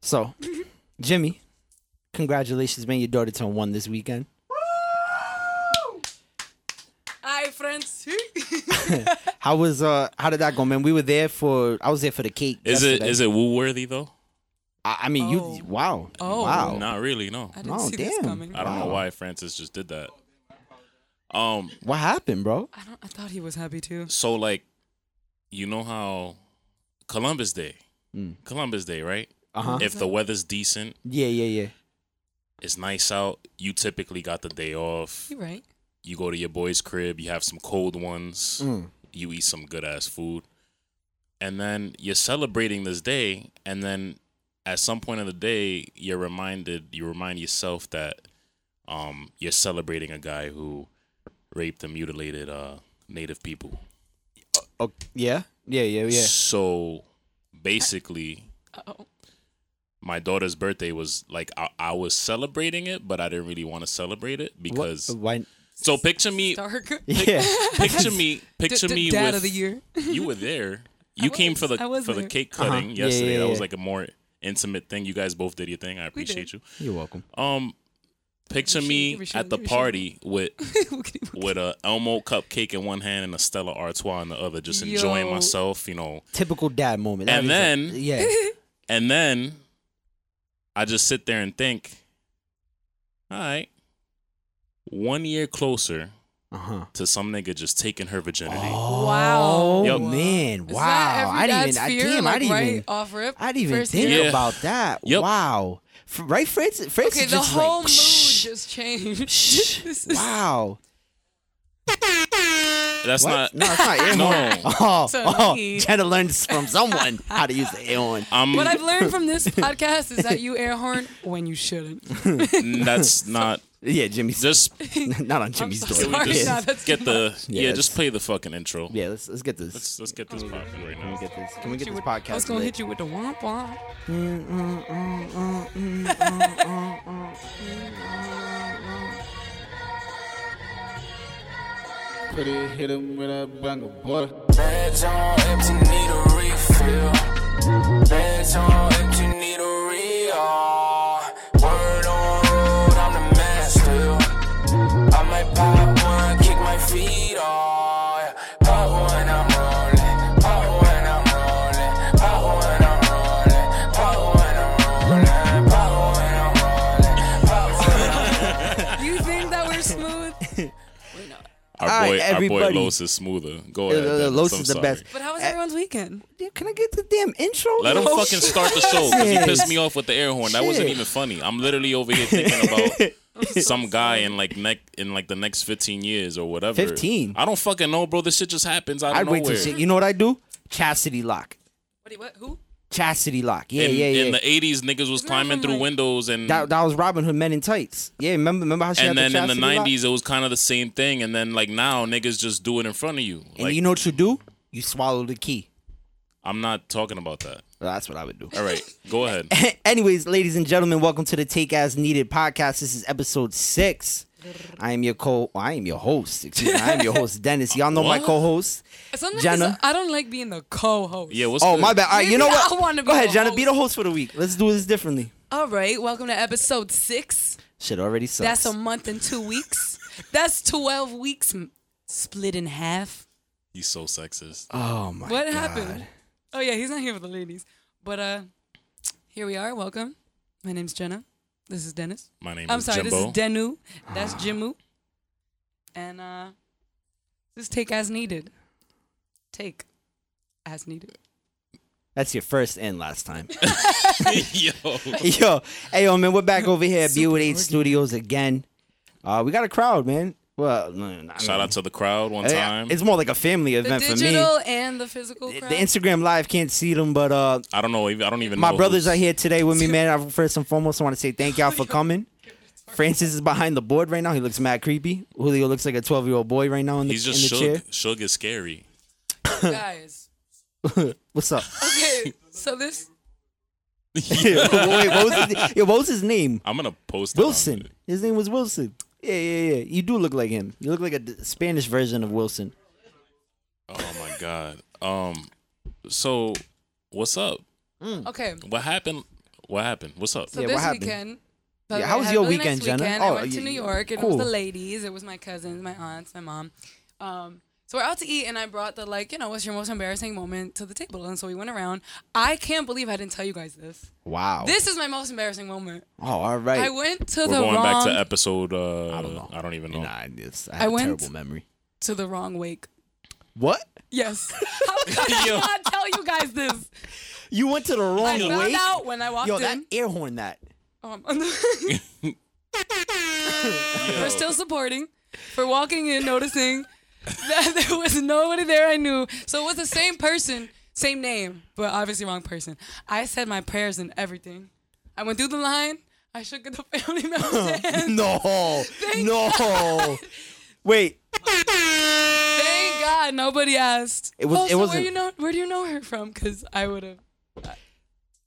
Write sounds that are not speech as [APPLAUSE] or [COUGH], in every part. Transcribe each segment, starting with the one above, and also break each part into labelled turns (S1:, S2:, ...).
S1: So,
S2: Mm-hmm.
S1: Jimmy, congratulations, man. Your daughter turned one this weekend. [LAUGHS]
S2: Hi, friends. [LAUGHS]
S1: How was uh how did that go, man? We were there for I was there for the cake.
S3: Is it is it woo worthy though?
S1: I, I mean
S2: Oh.
S1: you wow.
S2: Oh.
S1: Wow.
S3: Not really. No,
S2: I didn't
S1: Oh,
S2: see this
S1: damn.
S2: coming.
S3: I don't know
S1: Wow.
S3: why Francis just did that. Um,
S1: What happened, bro?
S2: I don't. I thought he was happy too.
S3: so like, you know how Columbus Day,
S1: Mm.
S3: Columbus Day, right?
S1: Uh-huh.
S3: If the weather's decent,
S1: yeah, yeah, yeah.
S3: it's nice out. You typically got the day off.
S2: You right?
S3: You go to your boy's crib. You have some cold ones.
S1: Mm.
S3: you eat some good ass food and then you're celebrating this day and then at some point in the day you're reminded you remind yourself that um you're celebrating a guy who raped and mutilated uh native people
S1: Oh, yeah. Yeah, Oh, yeah, yeah.
S3: so basically
S2: Oh,
S3: my daughter's birthday was like I, I was celebrating it but i didn't really want to celebrate it because
S1: What- Oh. why [LAUGHS]
S3: so picture me
S2: dark. [LAUGHS]
S1: Yeah.
S3: [LAUGHS] picture me picture
S2: D-
S3: me
S2: dad of
S3: with
S2: the year. [LAUGHS]
S3: you were there. You
S2: I
S3: came
S2: was-
S3: for the
S2: I was
S3: for the
S2: there.
S3: cake
S1: Uh-huh.
S3: cutting
S1: Yeah,
S3: yesterday.
S1: yeah,
S3: That
S1: yeah.
S3: was like a more intimate thing. You guys both did your thing. I
S2: We did.
S3: appreciate you.
S1: You're welcome.
S3: Um, picture
S2: Give a
S3: me
S2: shit, give a shit,
S3: at the
S2: give a shit.
S3: party with
S2: Wookity wook.
S3: with a Elmo cupcake in one hand and a Stella Artois in the other, just enjoying
S2: Yo.
S3: myself. You know,
S1: Typical dad moment. That
S3: And
S1: is a-
S3: then-
S1: yeah.
S2: [LAUGHS]
S3: and then I just sit there and think, all right, one year closer
S1: Uh-huh.
S3: to some nigga just taking her virginity.
S2: Wow.
S1: Oh
S3: Yo.
S1: man,
S2: Is
S1: wow.
S2: that every
S1: I didn't
S2: dad's
S1: even I,
S2: fear?
S1: damn, I
S2: like,
S1: didn't
S2: right
S1: even
S2: off rip.
S1: I didn't even
S2: First
S1: think
S2: year?
S3: Yeah.
S1: about that.
S3: Yep.
S1: Wow. F- right, Francis? Francis
S2: Okay, the
S1: just
S2: whole
S1: like,
S2: mood just changed. [LAUGHS] This is-
S1: Wow.
S3: That's
S1: What?
S3: not.
S1: No, it's not air
S3: [LAUGHS] No.
S1: horn. [LAUGHS] Oh,
S2: So
S1: oh,
S2: me.
S1: Jenna learned from
S2: [LAUGHS]
S1: someone how to use the air horn.
S3: I'm,
S2: What I've learned
S1: [LAUGHS]
S2: from this podcast is that you air horn when you shouldn't. [LAUGHS]
S3: that's not.
S1: Yeah, Jimmy's.
S3: Just
S1: [LAUGHS] not on Jimmy's
S2: so
S1: door.
S3: Can
S2: Sorry,
S3: we just
S1: yeah.
S2: nah, that's
S3: get
S2: too
S3: the
S1: Yeah,
S3: yeah,
S1: that's-
S3: Just play the fucking intro.
S1: yeah, let's let's get this.
S3: Let's let's get this popping right
S1: Can we
S3: now.
S1: get this? Can we get
S2: She
S1: this
S2: would-
S1: podcast?
S2: I was gonna
S1: lit?
S2: hit you with the womp womp.
S4: Pretty hit him with a bang of butter.
S5: Bags on empty, need a refill. Bags on empty, need a real. Word on road, I'm the man still. I might pop one, kick my feet off. yeah. Pop one, I'm rolling. Pop one, I'm rolling. Pop one, I'm rolling. Pop one, I'm rolling. Pop one, I'm rolling. Pop one, I'm rolling.
S2: You think that we're smooth? We're not.
S3: Our
S1: All
S3: boy,
S1: right,
S3: our
S1: everybody.
S3: boy Los is smoother. Go
S1: Uh,
S3: ahead.
S1: uh,
S3: Dennis,
S1: Los
S3: I'm
S1: is the
S3: sorry.
S1: best.
S2: But how was everyone's weekend?
S1: Damn, Can I get the damn intro?
S3: Let him
S1: Oh,
S3: fucking
S1: shit.
S3: start the show because he pissed me off with the air horn. That wasn't
S1: Shit.
S3: even funny. I'm literally over here thinking about
S1: [LAUGHS]
S3: some guy in like neck in like the next 15 years or whatever.
S1: 15?
S3: I don't fucking know, bro. This shit just happens out of
S1: I'd
S3: nowhere.
S1: wait till shit. You know what I do? Chastity lock.
S2: What? do you- What? Who?
S1: Chastity lock. Yeah,
S3: in,
S1: yeah, yeah.
S3: in the 80s, niggas was
S2: Isn't that
S3: climbing
S2: from,
S3: through
S2: like-
S3: windows and
S1: that, that was Robin Hood Men in Tights. Yeah, remember remember how she
S3: and
S1: had
S3: then
S1: the
S3: in the
S1: chastity lock?
S3: 90s, it was kind of the same thing. And then like now, niggas just do it in front of you.
S1: And
S3: like
S1: you know what you do? You swallow the key.
S3: I'm not talking about that.
S1: That's what I [LAUGHS] would do.
S3: All right, go ahead.
S1: Anyways, ladies and gentlemen, welcome to the Take As Needed podcast. This is episode six. I am your co. I am your host. Excuse me. I am your host, Dennis. Y'all know my
S3: What?
S1: co-host,
S2: Sometimes
S1: Jenna.
S2: I don't like being the co-host.
S3: Yeah, what's
S1: Oh
S3: good?
S1: my bad. All right, you
S2: Maybe
S1: know what?
S2: I wanna be
S1: Go ahead,
S2: the
S1: Jenna. Be
S2: host.
S1: the host for the week. Let's do this differently.
S2: All right. Welcome to episode six.
S1: Shit already sucks.
S2: That's a month and two weeks. That's twelve weeks m- split in half.
S3: He's so sexist.
S1: oh my.
S2: What
S1: God.
S2: happened? Oh yeah, he's not here for the ladies. But uh, here we are. Welcome. My name's Jenna. This is Dennis.
S3: My name
S2: I'm
S3: is
S2: sorry.
S3: Jimbo.
S2: This
S1: [SIGHS]
S2: is Denu. That's Jimu. And uh, just take as needed. Take as needed.
S1: That's your first and last time. [LAUGHS]
S3: [LAUGHS] Yo,
S1: yo, hey yo, man, we're back over here at
S2: Super
S1: B with Eight
S2: organ.
S1: Studios again. Uh, we got a crowd, man. Well, no, no, I
S3: shout out to the crowd one
S1: mean, eh,
S3: time.
S1: It's more like a family
S2: The
S1: event for me.
S2: digital and the physical.
S1: The
S2: Crowd.
S1: Instagram live can't see them, but uh,
S3: I don't know. even- I don't even.
S1: my
S3: know
S1: brothers
S3: who's-
S1: are here today with
S2: [LAUGHS]
S1: me, man. I first and foremost want to say thank y'all for coming. Francis is behind the board right now. He looks mad creepy. Julio looks like a twelve year old boy right now in the,
S3: He's just
S1: in the chair.
S3: shook. Shook is scary.
S2: guys.
S1: What's
S3: [LAUGHS]
S1: up? [LAUGHS]
S2: Okay, [LAUGHS] so this
S1: Wait, what was his, yo, what was his name?
S3: I'm gonna post it on
S1: Wilson.
S3: it.
S1: His name was Wilson. Yeah, yeah, yeah. You do look like him. You look like a d- Spanish version of Wilson.
S3: Oh my god. Um. So, what's up?
S2: okay.
S3: What happened? What happened? What's up?
S2: So
S1: Yeah, what
S2: this
S1: happened?
S2: weekend.
S1: Yeah,
S2: but
S1: how
S2: it
S1: was
S2: had
S1: your
S2: really
S1: weekend,
S2: nice
S1: Jenna?
S2: weekend.
S1: Oh,
S2: I went
S1: yeah,
S2: to New York, and it
S1: cool.
S2: was the ladies. It was my cousins, my aunts, my mom. Um, so we're out to eat, and I brought the like, you know, what's your most embarrassing moment to the table, and so we went around. I can't believe I didn't tell you guys this.
S1: Wow.
S2: This is my most embarrassing moment.
S1: oh, all right.
S2: I went to
S3: We're
S2: the
S3: going
S2: wrong
S3: back to episode. Uh, I
S1: don't know.
S3: even know.
S1: nah, I, it's, I have a
S2: went-
S1: terrible memory.
S2: to the wrong wake.
S1: What?
S2: Yes. [LAUGHS] How
S3: [LAUGHS]
S2: could I
S3: Yo.
S2: not tell you guys this?
S1: You went to the wrong
S2: I found
S1: wake?
S2: out when I walked
S1: Yo,
S2: in.
S1: that air horn that.
S2: Um, [LAUGHS] We're still supporting for walking in, noticing that [LAUGHS] there was nobody there I knew. So it was the same person, same name, but obviously wrong person. I said my prayers and everything. I went through the line. I shook the [LAUGHS]
S1: [LAUGHS]
S2: family member's hand.
S1: No. no. Wait.
S2: Thank God nobody asked.
S1: It was-
S2: Oh,
S1: it
S2: so where
S1: wasn't-
S2: you know where do you know her from? Because I would have.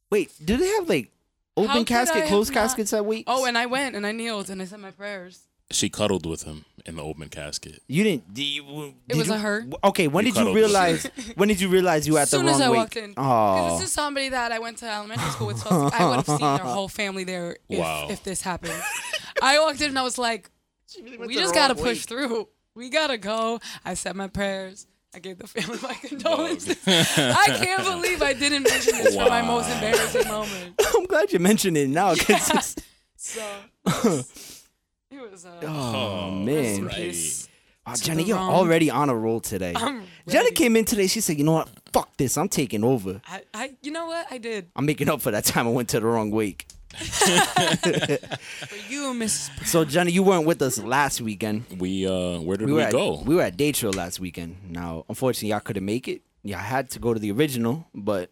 S1: Wait, do they have like
S2: How
S1: open
S2: could I
S1: casket,
S2: have
S1: closed
S2: not-
S1: caskets that week?
S2: Oh, and I went and I kneeled and I said my prayers.
S3: She cuddled with him in the open casket.
S1: you didn't. Did you, did
S2: was
S1: you-
S2: a her.
S1: Okay, when
S3: You
S1: did you
S3: cuddled.
S1: [LAUGHS] realize? when did you realize you were at
S2: As
S1: the
S2: soon
S1: wrong
S2: as I
S1: wake?
S2: walked in.
S1: Oh,
S2: Because this is somebody that I went to elementary school with. So I would have seen their whole family there if,
S3: Wow.
S2: if this happened. I walked in and I was like, we just got to push through. We got to go. I said my prayers. I gave the family my [LAUGHS] condolences. I can't believe I didn't mention this for my most embarrassing moment.
S1: [LAUGHS] I'm glad you mentioned it now. 'cause it's-
S2: [LAUGHS] So it was, it was, uh,
S1: oh
S2: rest in
S1: man,
S2: peace.
S1: wow, Jenna,
S2: the
S1: you're
S2: wrong-
S1: already on a roll today.
S2: I'm
S1: Jenna
S2: ready.
S1: came in today. She said, "You know what? Fuck this. I'm taking over.
S2: I, I, you know what? I did.
S1: I'm making up for that time I went to the wrong wake."
S2: For you, [LAUGHS] Mrs. Brown.
S1: So Jenna, you weren't with us last weekend.
S3: We uh, where did
S1: We
S3: we,
S1: were at,
S3: go?
S1: We were at Day Trail last weekend. Now, unfortunately, y'all couldn't make it. Y'all had to go to the original, but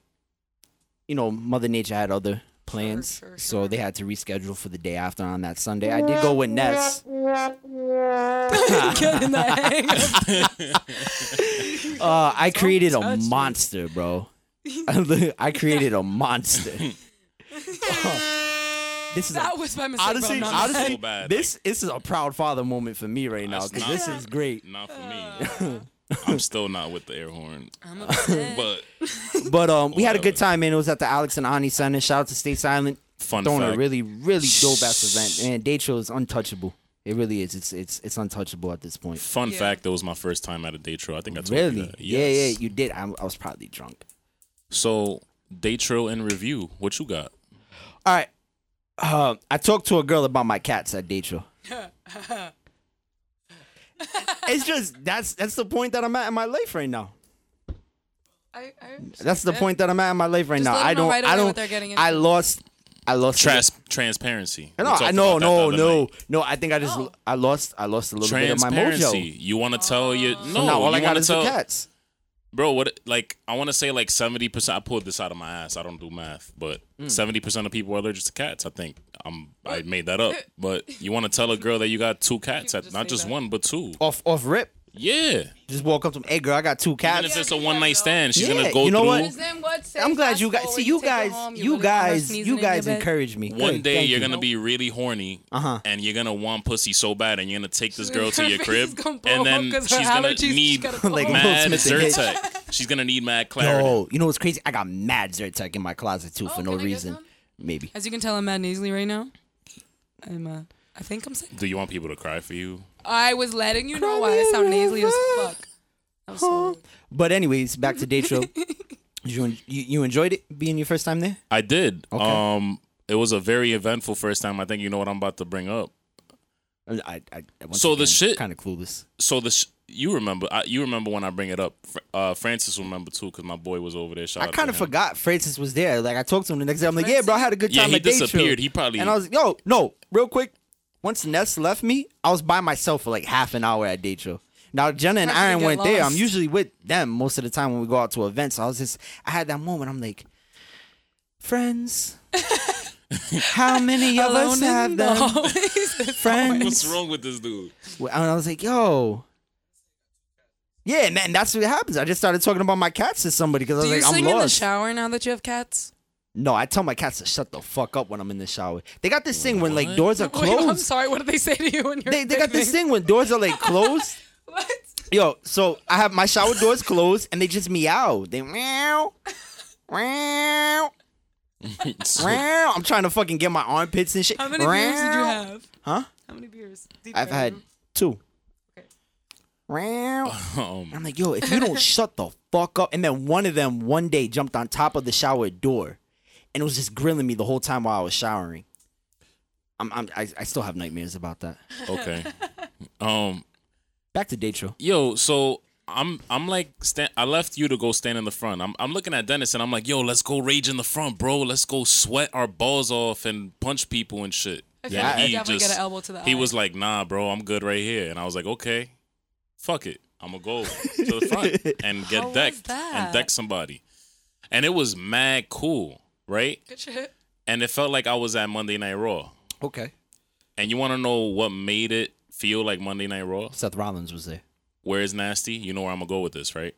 S1: you know, Mother Nature had other plans,
S2: sure,
S1: so they had to reschedule for the day after on that Sunday. I did go
S2: [LAUGHS]
S1: with Ness.
S2: Getting the hang of
S1: Uh, I created a
S2: touch me.
S1: monster,
S2: [LAUGHS]
S1: bro. I created a monster. [LAUGHS] this is a-
S2: That was my mistake. bro.
S1: honestly,
S2: No, I'm
S1: honestly,
S3: So bad,
S1: this this is a proud father moment for me right now
S3: That's
S1: because this
S3: not-
S1: is great.
S3: not for
S2: Uh.
S3: me. I'm still not with the air horn.
S2: I'm upset. [LAUGHS]
S3: But
S1: But um, we had a good
S3: Whatever.
S1: time, man. It was at the Alex and Ani Center. Shout out to Stay Silent.
S3: Fun
S1: throwing a
S3: fact.
S1: really, really dope ass event. Man, Day Trail is untouchable. It really is. It's it's it's untouchable at this point.
S3: fun
S2: Yeah.
S3: fact, that was my first time at a day trail. I think I told you
S1: Really?
S3: that.
S1: Yeah,
S3: Yes.
S1: yeah. You did. I, I was probably drunk.
S3: So day trail in review. What you got?
S1: All right. Uh, I talked to a girl about my cats at Day
S2: [LAUGHS]
S1: Trail. it's just that's that's the point that I'm at in my life right now.
S2: I, I
S1: That's the point that I'm at in my life right
S2: Just
S1: now.
S2: let 'em
S1: I
S2: know
S1: don't.
S2: right
S1: I
S2: away
S1: don't.
S2: what they're getting
S1: I
S2: into.
S1: lost. I lost.
S3: Trans- transparency. We
S1: No,
S3: talked
S1: I
S3: about
S1: no,
S3: that the
S1: no,
S3: other
S1: no,
S3: night.
S1: no. I think I just
S2: Oh.
S1: I lost I lost a little bit of my
S3: Transparency.
S1: mojo.
S3: You want to tell your
S2: Oh.
S3: no?
S1: now all
S3: you
S1: I got
S3: wanna
S1: is
S3: tell,
S1: the cats.
S3: bro. What like I want to say like seventy percent. I pulled this out of my ass. I don't do math, but
S1: Hmm.
S3: seventy percent of people are allergic to cats. I think I'm. I made
S2: [LAUGHS]
S3: that up. But you want to tell a girl that you got two cats,
S2: People
S3: at,
S2: just
S3: not
S2: say
S3: just
S2: that.
S3: one, but two.
S1: Off off rip.
S3: Yeah.
S1: Just walk up to me. Hey girl, I got two
S3: And
S1: cats.
S3: if it's a
S2: Yeah,
S3: one
S2: yeah,
S3: night
S2: yo.
S3: stand, she's
S1: Yeah,
S3: gonna go
S1: you know what?
S3: through.
S2: Then what's safe,
S1: I'm glad
S2: fast
S1: you guys
S2: forward,
S1: see you
S2: take it
S1: guys
S2: home,
S1: you
S2: really don't have her
S1: guys
S2: sneezing
S1: you
S2: in your
S1: guys
S2: bed.
S1: encourage me.
S3: One
S1: Good,
S3: day
S1: thank
S3: you're
S1: you.
S3: gonna be really horny,
S1: Uh-huh.
S3: and you're gonna want pussy so bad, and you're gonna take this
S2: She's
S3: girl
S2: gonna- [LAUGHS]
S3: to your
S2: her face
S3: crib,
S2: is gonna blow
S3: and
S2: up
S3: then
S2: 'cause her
S3: she's gonna
S2: allergies, she's
S3: need
S2: gotta blow
S1: Like up.
S3: mad
S1: Will Smith and Hitch.
S3: Zyrtec. She's gonna need mad clarity.
S1: Oh, you know what's crazy? I got mad Zyrtec in my closet too for
S2: Oh,
S1: no
S2: can I get
S1: reason.
S2: some?
S1: Maybe.
S2: As you can tell, I'm mad easily right now. I'm uh, I think I'm sick.
S3: Do you want people to cry for you?
S2: I was letting you know why I sound nasally as fuck. I'm sorry.
S1: But anyways, back to Day Trail.
S2: [LAUGHS]
S1: you, en- you you enjoyed it being your first time there?
S3: I did.
S1: Okay.
S3: Um, it was a very eventful first time. I think you know what I'm about to bring up.
S1: I, I,
S3: So the shit-
S1: kind of clueless.
S3: So the sh- you remember I, you remember when I bring it up. Fr- Uh, Francis will remember too because my boy was over there. Shout
S1: I
S3: out to
S1: kind of
S3: him.
S1: forgot Francis was there. Like I talked to him the next day. I'm like, yeah, bro, I had a good
S3: Yeah,
S1: time.
S3: he
S1: at Day Trip."
S3: disappeared. He probably-
S1: and I was yo no real quick. Once Ness left me, I was by myself for like half an hour at Day Trip. Now Jenna and
S2: That's when
S1: Aaron
S2: you
S1: weren't
S2: get
S1: there. I'm
S2: lost.
S1: usually with them most of the time when we go out to events. So I was just I had that moment. I'm like,
S2: [LAUGHS]
S1: friends. How many of us
S2: Alone
S1: have
S2: in
S1: them?
S2: the [LAUGHS] hallways.
S1: Friends.
S3: What's wrong with this dude?
S1: Well, And I was like, yo. Yeah, man, that's what happens. I just started talking about my cats to somebody because I
S2: Do
S1: was
S2: you
S1: like, I'm
S2: sing in the
S1: lost.
S2: shower now that you have cats? [LAUGHS]
S1: no, I tell my cats to shut the fuck up when I'm in the shower. They got this thing when like
S3: What?
S1: doors are
S2: [LAUGHS] Wait, I'm
S1: closed.
S2: sorry. What did they say to you when you're?
S1: They, they got this
S2: bathing?
S1: thing when doors are like closed.
S2: [LAUGHS] What?
S1: Yo, so I have my
S2: [LAUGHS]
S1: shower doors closed and they just meow. They meow, meow. Meow. I'm trying to fucking get my armpits and shit.
S2: How many beers did you
S1: Meow.
S2: have?
S1: Huh?
S2: How many beers? Deep
S1: I've
S2: breath.
S1: had two.
S2: Okay.
S1: Meow.
S3: [LAUGHS] um,
S1: I'm like, yo, if you
S2: [LAUGHS]
S1: don't shut the fuck up. And then one of them one day jumped on top of the shower door and it was just grilling me the whole time while I was showering. I'm, I'm, I, I still have nightmares about that.
S3: okay. Um,
S1: Back to Daytro.
S3: yo, so I'm I'm like stand, I left you to go stand in the front. I'm I'm looking at Dennis and I'm like, yo, let's go rage in the front, bro. Let's go sweat our balls off and punch people and shit.
S2: I feel
S3: And
S1: like
S2: like
S1: he
S2: you definitely get an elbow to the
S3: he
S2: eye.
S3: was like, nah, bro, I'm good right here. And I was like, okay, fuck it. I'm going to go to the
S2: [LAUGHS]
S3: front and get
S2: How was
S3: decked
S2: that?
S3: and deck somebody. And it was mad cool, right?
S2: good shit.
S3: And it felt like I was at Monday Night Raw.
S1: Okay.
S3: And you want to know what made it feel like Monday Night Raw?
S1: Seth Rollins was there.
S3: Where is Nasty? You know where I'm going to go with this, right?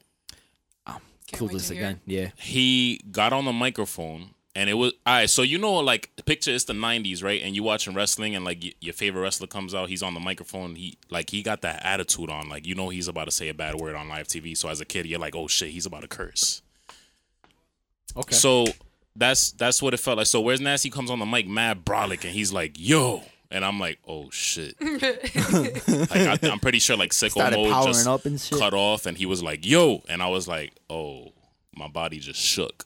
S2: Can't wait
S1: Clueless
S2: to hear.
S1: again. Yeah.
S3: he got on the microphone and it was all right so you know like picture it's the 90s right and you watching wrestling and like y- your favorite wrestler comes out he's on the microphone he like he got that attitude on like you know he's about to say a bad word on live tv so as a kid you're like oh shit he's about to curse
S1: Okay.
S3: so that's that's what it felt like so where's nasty comes on the mic mad brolic and he's like yo and i'm like oh shit
S2: [LAUGHS]
S1: [LAUGHS]
S3: like I, i'm pretty sure like sicko
S1: Started
S3: mode
S1: powering
S3: just
S1: up and shit.
S3: cut off and he was like yo and i was like oh my body just shook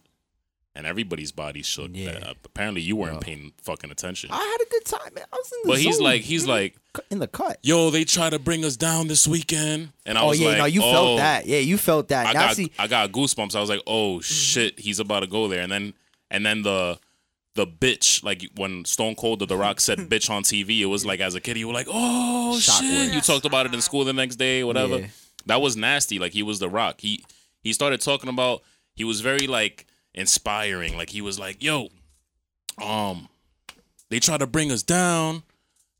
S3: and everybody's body shook
S1: Yeah.
S3: Uh, apparently you weren't paying fucking attention
S1: I had a good time, man. I was in the
S3: but he's
S1: zone.
S3: like he's like
S1: in the cut.
S3: yo they try to bring us down this weekend and i
S1: oh
S3: was
S1: yeah,
S3: like
S1: no, you
S3: oh,
S1: felt that. Yeah, you felt that.
S3: I
S1: now
S3: got
S1: see, Mm-hmm.
S3: I got goosebumps. I was like, oh shit, he's about to go there. And then and then the the bitch, like when Stone Cold or The
S1: [LAUGHS]
S3: Rock said bitch on TV, it was like as a kid, you were like, oh
S1: Shock
S3: shit.
S1: wave.
S3: You talked about it in school the next day, whatever.
S1: Yeah.
S3: That was nasty. Like he was The Rock. He he started talking about he was very like inspiring. Like he was like, yo, um, they try to bring us down,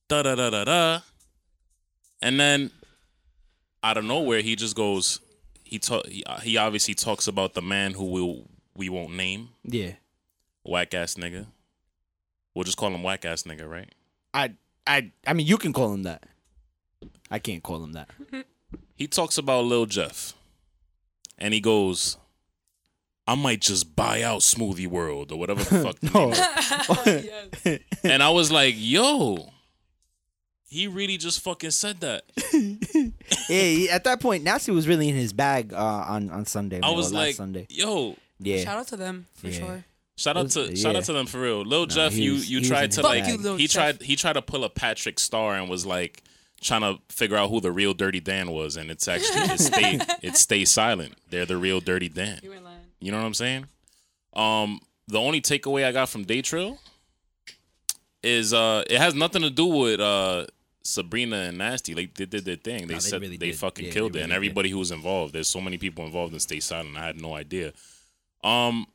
S3: da da da da da. And then out of nowhere, he just goes. He talk. He, uh, he obviously talks about the man who will we won't name.
S1: yeah,
S3: Whack ass nigga. We'll just call him whack ass nigga, right?
S1: I, I, I mean, you can call him that. I can't call him that. [LAUGHS]
S3: He talks about Lil Jeff, and he goes, "I might just buy out Smoothie World or
S1: [LAUGHS]
S3: whatever the fuck." the name
S2: [LAUGHS]
S1: No.
S3: is."
S2: Oh, yes.
S3: And I was like, "Yo, he really just fucking
S1: [LAUGHS]
S3: said that."
S1: yeah, he- at that point, Nasty was really in his bag uh, on on Sunday.
S3: I
S1: or
S3: was
S1: last
S3: like,
S1: Sunday.
S3: "Yo,
S1: Yeah,
S2: Shout out to them for
S1: Yeah.
S2: sure.
S3: Shout out
S1: Was-
S3: to shout
S1: yeah.
S3: out to them for real.
S1: Nah,
S3: Lil Jeff,
S1: he
S3: you
S1: was-
S3: you
S1: he was in
S3: tried
S1: his
S3: to
S1: Fuck
S3: like
S1: you,
S2: Lil
S3: he
S2: Jeff.
S3: tried he tried to pull a Patrick Star and was like trying to figure out who the real Dirty Dan was, and it's actually
S1: [LAUGHS]
S3: it stayed it stayed silent. They're the real Dirty Dan.
S2: You ain't lying.
S3: You know what I'm saying? Um, the only takeaway I got from Daytrill is uh, it has nothing to do with uh Sabrina and Nasty. Like they did their thing. They
S1: they
S3: said
S1: really
S3: they
S1: did.
S3: fucking
S1: Yeah, they
S3: killed it,
S1: really
S3: and
S1: did.
S3: everybody who was involved. There's so many people involved in Stay Silent. I had no idea. Um,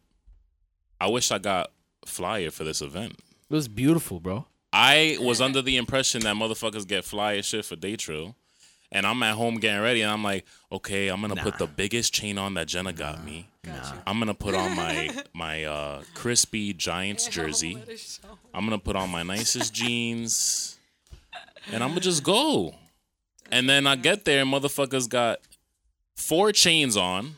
S3: I wish I got flyer for this event.
S1: it was beautiful, bro.
S3: I was under the impression that motherfuckers get flyer shit for Daytrill. And I'm at home getting ready, and I'm like, okay, I'm gonna put the biggest chain on that Jenna got me. I'm gonna put on my my uh, crispy Giants
S2: [LAUGHS]
S3: jersey.
S2: Let it show.
S3: I'm gonna put on my nicest jeans, and I'm gonna just go. And then I get there, and motherfuckers got four chains on.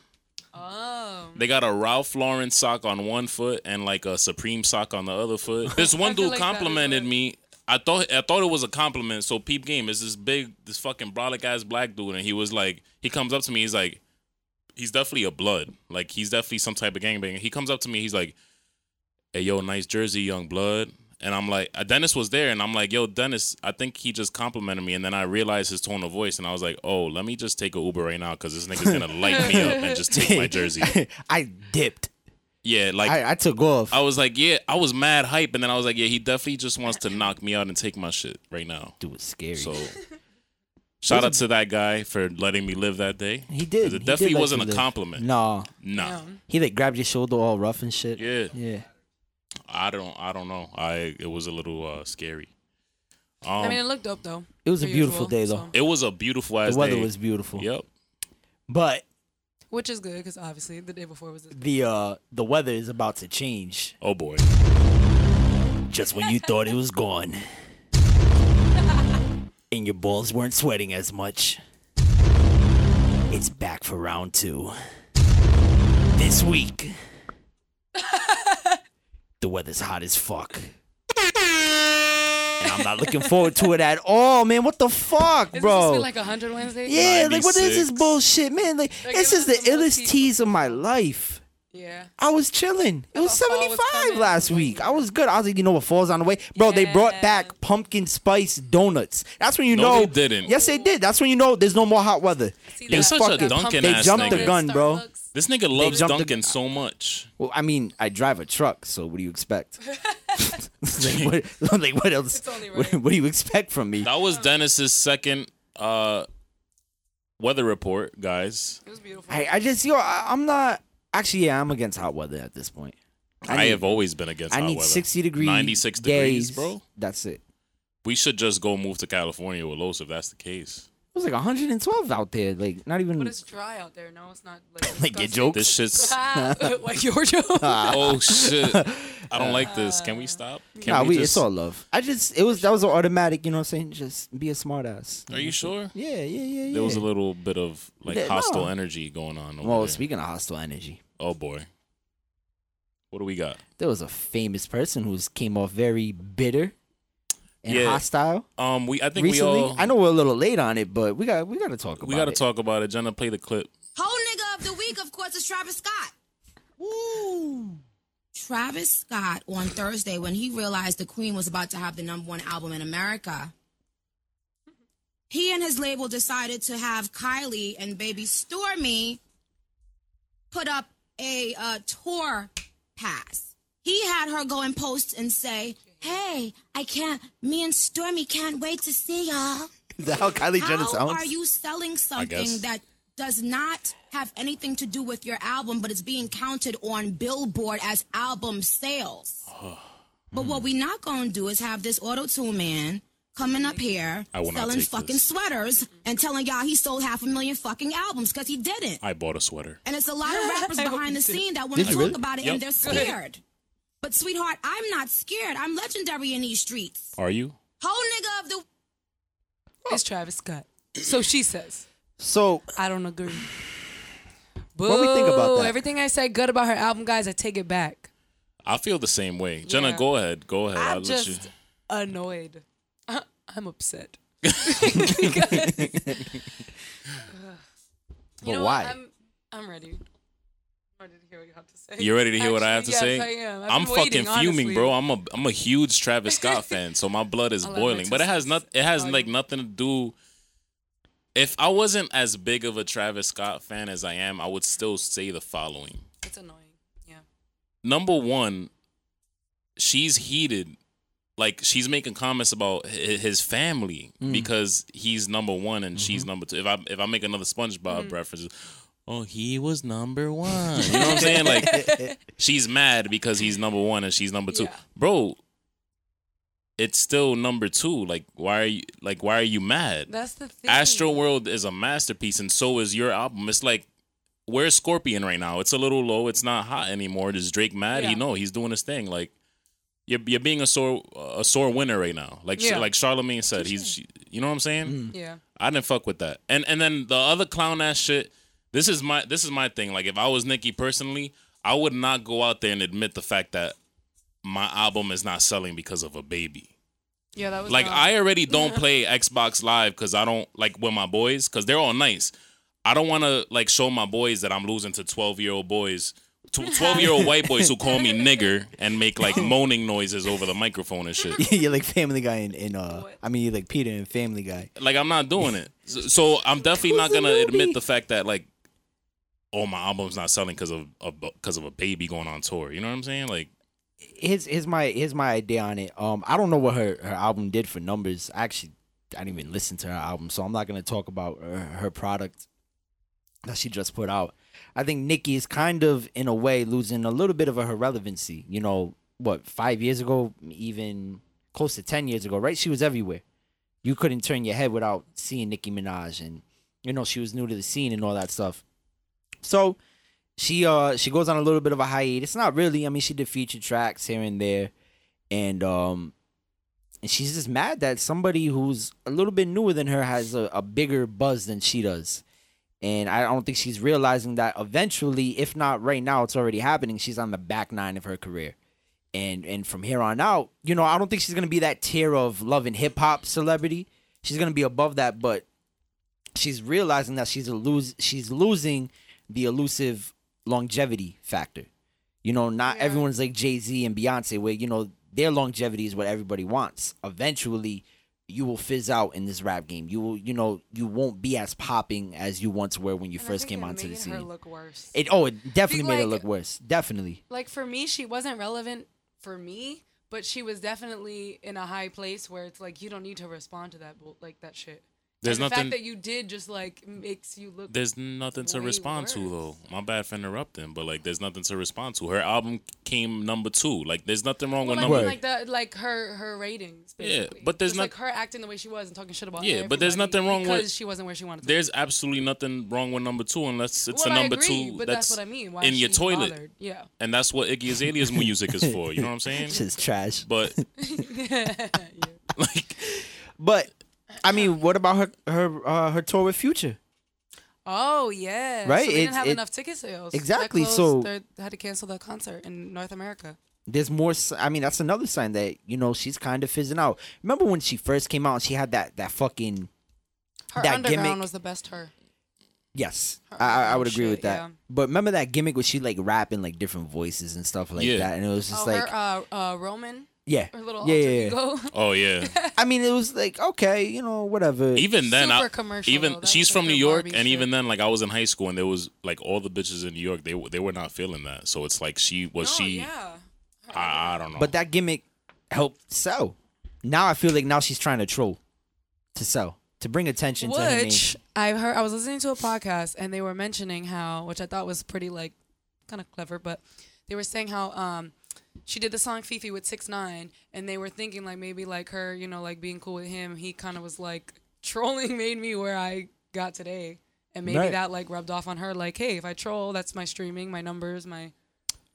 S2: Oh.
S3: They got a Ralph Lauren sock on one foot and like a Supreme sock on the
S2: [LAUGHS]
S3: other foot. This
S2: I
S3: one
S2: feel
S3: dude
S2: like that is
S3: complimented
S2: what-
S3: me. I thought I thought it was a compliment. So peep game is this big, this fucking brolic ass black dude, and he was like, he comes up to me, he's like, he's definitely a blood, like he's definitely some type of gangbanger. He comes up to me, he's like, hey yo, nice jersey, young blood. And I'm like, uh, Dennis was there, and I'm like, yo, Dennis, I think he just complimented me. And then I realized his tone of voice, and I was like, oh, let me just take a Uber right now, cause this nigga's gonna light me up and just
S2: [LAUGHS]
S3: [LAUGHS] take my jersey.
S1: [LAUGHS] I dipped.
S3: Yeah, like
S1: I, I took off.
S3: I was like, yeah, I was mad hype, and then I was like, yeah, he definitely just wants to knock me out and take my shit right now.
S1: Dude, it was scary.
S2: [LAUGHS]
S3: So, shout out to that guy for letting me live that day.
S1: he did.
S3: 'Cause It
S1: he
S3: definitely
S1: did let
S3: wasn't
S1: you
S3: a
S1: live.
S3: compliment.
S1: No,
S3: Nah,
S1: he like grabbed your shoulder all rough and shit.
S3: yeah,
S1: yeah.
S3: I don't, I don't know. I it was a little uh, scary. Um,
S2: I mean, it looked dope though.
S1: It was a
S2: per
S1: beautiful
S2: usual,
S1: day, though.
S2: so-
S3: it was a beautiful ass
S1: The weather
S3: day.
S1: was beautiful.
S3: Yep.
S1: But
S2: Which is good because obviously the day before was.
S1: the uh the weather is about to change.
S3: Oh boy.
S1: Just when you thought it was gone. And your balls weren't sweating as much. It's back for round two. This week. the weather's hot as fuck. And I'm not looking forward to it at all, man. What the fuck,
S2: Isn't
S1: bro?
S2: this been like 100 Wednesdays?
S1: yeah, like what is this
S3: 96?
S1: bullshit, man? Like
S2: Like,
S1: this
S2: it
S1: is the
S2: was the most
S1: illest
S2: peak.
S1: tease of my life.
S2: Yeah.
S1: I was chilling. It was
S2: thought fall was
S1: 75
S2: coming.
S1: last week. I was good. I was like, you know what falls on the way, bro? They brought
S2: Yeah.
S1: back pumpkin spice donuts. That's when you
S3: No,
S1: know
S3: they didn't.
S1: Yes, they did. That's when you know there's no more hot weather.
S2: See,
S3: You're
S2: that-
S3: such
S1: fucking-
S3: a Dunkin'
S1: they
S3: ass
S1: jumped
S3: nigga.
S1: the gun, bro.
S2: Starbucks.
S3: [LAUGHS] This nigga loves
S1: jumped the-
S3: Dunkin' so much.
S1: Well, I mean, I drive a truck, so what do you
S2: [LAUGHS]
S1: expect? [LAUGHS] like, what, [LAUGHS] like, what else?
S2: It's only
S1: What,
S2: right.
S1: what do you expect from me?
S3: That was Dennis's second uh, weather report, guys.
S2: It was beautiful.
S1: I, I just, yo, I, I'm not. Actually, yeah, I'm against hot weather at this point.
S3: I,
S1: need,
S3: have always been against
S1: I
S3: hot
S1: need
S3: weather.
S1: 60 degrees.
S3: 96 degrees, bro.
S1: That's it.
S3: We should just go move to California with Los if that's the case.
S1: It was like 112 out there. Like, not even. [LAUGHS]
S2: but it's dry out there. No, it's not like.
S1: Like, your
S2: disgusting.
S1: jokes?
S2: [LAUGHS]
S1: Ah.
S3: This shit's.
S1: [LAUGHS]
S2: like your joke.
S3: oh shit! I don't like this. Can we stop? Can
S1: Nah, we,
S3: just,
S1: it's all love. I just, it was, that was an automatic, you know what I'm saying? Just be a smart ass.
S3: Are you sure?
S1: Yeah, yeah, yeah, yeah.
S3: There was a little bit of like
S1: Yeah,
S3: hostile
S1: no.
S3: energy going on. Over
S1: well,
S3: there.
S1: speaking of hostile energy,
S3: Oh boy. What do we got?
S1: there was a famous person who's came off very bitter and
S3: Yeah.
S1: hostile.
S3: Um, we I think
S1: recently.
S3: we all
S1: I know we're a little late on it, but we got we got to talk about
S3: we got to
S1: it. [LAUGHS]
S3: talk about it. Jenna, play the clip.
S6: Whole nigga of the week, of course, is Travis Scott. Ooh. Travis Scott on Thursday, when he realized the Queen was about to have the number one album in America, he and his label decided to have Kylie and baby Stormy put up a uh, tour pass. He had her go and post and say, Hey, I can't, me and Stormy can't wait to see y'all.
S1: Is that how Kylie Jenner
S6: How
S1: sounds?
S6: are you selling
S3: guess.
S6: something that does not have anything to do with your album, but it's being counted on Billboard as album sales? but
S3: Hmm.
S6: what we not going to do is have this auto tune man coming up here
S3: I will not
S6: selling
S3: take
S6: fucking
S3: this.
S6: sweaters and telling y'all he sold half a million fucking albums because he didn't.
S3: I bought a sweater.
S6: And it's a lot of
S2: [LAUGHS]
S6: rappers
S2: I hope
S6: behind
S2: you
S6: the
S2: did.
S6: scene that want
S1: Did
S6: to
S1: you
S6: talk
S1: really?
S6: about it
S3: Yep.
S6: and they're scared. But sweetheart, I'm not scared. I'm legendary in these streets.
S3: Are you?
S6: Whole nigga of the
S2: It's Travis Scott. So she says,
S1: so [LAUGHS]
S2: I don't agree. Boo.
S1: What we think about that?
S2: Everything I said good about her album, guys, I take it back.
S3: I feel the same way. Jenna,
S2: Yeah.
S3: go ahead. Go ahead. I'll
S2: I'm
S3: let you.
S2: just annoyed. I- I'm
S3: [LAUGHS]
S2: upset. [LAUGHS] Because-
S1: But
S2: you know
S1: why?
S2: What? I'm, I'm ready. I'm ready to hear what you have to say.
S3: You ready to hear what I have to
S2: Actually,
S3: say?
S2: yes, I am. I've
S3: I'm
S2: been
S3: fucking
S2: waiting,
S3: fuming,
S2: honestly.
S3: bro. I'm a I'm a huge
S2: [LAUGHS]
S3: Travis Scott fan, so my blood is
S2: I'll let my
S3: boiling. But it has not it has
S2: Oh,
S3: like
S2: you-
S3: nothing to do. If I wasn't as big of a Travis Scott fan as I am, I would still say the following.
S2: It's annoying. Yeah.
S3: Number one, she's heated. Like she's making comments about hi- his family
S2: Mm.
S3: because he's number one and she's
S2: Mm-hmm.
S3: number two. If I if I make another SpongeBob
S2: Mm.
S3: reference, oh he was number one. You
S2: [LAUGHS]
S3: know what I'm saying? Like she's mad because he's number one and she's number two.
S2: Yeah.
S3: Bro, it's still number two. Like why are you like why are you mad?
S2: [LAUGHS] That's the thing.
S3: Astro World is a masterpiece, and so is your album. It's like where's Scorpion right now? It's a little low. It's not hot anymore. Is Drake mad? He
S2: Yeah.
S3: no, he's doing his thing. Like you're you're being a sore a sore winner right now. Like
S2: Yeah.
S3: like Charlemagne said, he's you know what I'm saying.
S2: Yeah.
S3: I didn't fuck with that. And and then the other clown ass shit. This is my this is my thing. Like if I was Nicki personally, I would not go out there and admit the fact that my album is not selling because of a baby.
S2: Yeah, that was
S3: Like
S2: wrong.
S3: I already don't play Xbox Live because I don't like with my boys because they're all nice. I don't want to like show my boys that I'm losing to twelve year old boys, twelve year old white boys who call me nigger and make like moaning noises over the microphone and shit.
S1: you're like Family Guy and, and uh,
S2: What?
S1: I mean you're like Peter and Family Guy.
S3: Like I'm not doing it. So, so I'm definitely not gonna admit the fact that like, oh my album's not selling because of because of a baby going on tour. You know what I'm saying? Like
S1: Here's here's my here's my idea on it. Um, I don't know what her her album did for numbers. I actually I didn't even listen to her album, so I'm not gonna talk about her, her product that she just put out. I think Nicki is kind of in a way losing a little bit of her relevancy. You know what? Five years ago, even close to ten years ago, right? She was everywhere. you couldn't turn your head without seeing Nicki Minaj, and you know she was new to the scene and all that stuff. So she uh she goes on a little bit of a hiatus. Not really. I mean, she did feature tracks here and there, and um, and she's just mad that somebody who's a little bit newer than her has a, a bigger buzz than she does. And I don't think she's realizing that eventually, if not right now, it's already happening. She's on the back nine of her career and and from here on out, you know, I don't think she's gonna be that tier of love and hip hop celebrity. She's gonna be above that, but she's realizing that she's a lose she's losing the elusive longevity factor. You know, not everyone's like Jay Z and Beyonce, where you know their longevity is what everybody wants. Eventually, you will fizz out in this rap game. You will, you know, you won't be as popping as you once were when you first came onto the
S2: Her
S1: scene.
S2: look worse.
S1: it oh, it definitely made it look
S2: like-
S1: worse. Definitely.
S2: like for me, she wasn't relevant for me, but she was definitely in a high place where it's like you don't need to respond to that bull- like that shit.
S3: There's
S2: and the
S3: nothing-
S2: fact that you did just like makes you look.
S3: There's nothing to
S2: Way
S3: respond to
S2: worse.
S3: though. My bad for interrupting, but like, there's nothing to respond to. Her album came number two. Like, there's nothing wrong
S2: well,
S3: with
S2: I
S3: number.
S2: mean, like that, like her her ratings.
S3: Yeah,
S2: Basically.
S3: but there's
S2: Just,
S3: not-
S2: like her acting the way she was and talking shit about.
S3: Yeah, but there's
S2: everybody
S3: nothing wrong with-
S2: because she wasn't where she wanted to. be.
S3: There's absolutely nothing wrong with number two unless it's
S2: Well,
S3: a
S2: I
S3: number
S2: agree,
S3: two
S2: But
S3: that's,
S2: that's, what I mean. Why
S3: in
S2: is
S3: your
S2: she
S3: toilet,
S2: bothered? Yeah. [LAUGHS]
S3: and that's what Iggy Azalea's music is for. You know what I'm saying?
S1: It's just trash.
S3: but
S1: But I mean, what about her her uh, her tour with Future?
S2: Oh yeah.
S1: Right,
S2: So they
S1: it-
S2: didn't have
S1: it-
S2: enough ticket sales.
S1: Exactly,
S2: That
S1: so-
S2: closed- they had to cancel the concert in North America.
S1: There's more. s- I mean, that's another sign that you know she's kind of fizzing out. Remember when she first came out? and She had that that fucking
S2: Her
S1: That
S2: underground
S1: gimmick-
S2: was the best. Her.
S1: yes. I I- I would agree
S2: Oh, Shit,
S1: with that.
S2: yeah.
S1: But remember that gimmick where she like rapping like different voices and stuff like
S3: Yeah.
S1: that, and it was just
S2: Oh,
S1: like
S2: her uh, uh, Roman.
S1: yeah,
S2: Her little
S1: yeah,
S2: alter
S1: yeah, [LAUGHS] yeah.
S2: ego.
S3: oh yeah,
S1: I mean, it was like okay, you know, whatever.
S3: even then,
S2: Super
S3: I,
S2: commercial,
S3: even
S2: though. That
S3: she's
S2: was, like,
S3: from
S2: her
S3: New York,
S2: Barbie
S3: and even
S2: shit.
S3: then, like I was in high school, and there was like all the bitches in New York, they w- they were not feeling that. So it's like she was
S2: no,
S3: she.
S2: yeah.
S3: I, I don't know.
S1: But that gimmick helped sell. Now I feel like now she's trying to troll to sell to bring attention to her name.
S2: Which I heard I was listening to a podcast and they were mentioning how which I thought was pretty like kind of clever, but they were saying how um she did the song Fifi with Six Nine and they were thinking like maybe like her, you know, like being cool with him, he kinda was like [LAUGHS] trolling made me where I got today. And maybe
S1: Right.
S2: that like rubbed off on her, like, hey, if I troll, that's my streaming, my numbers, my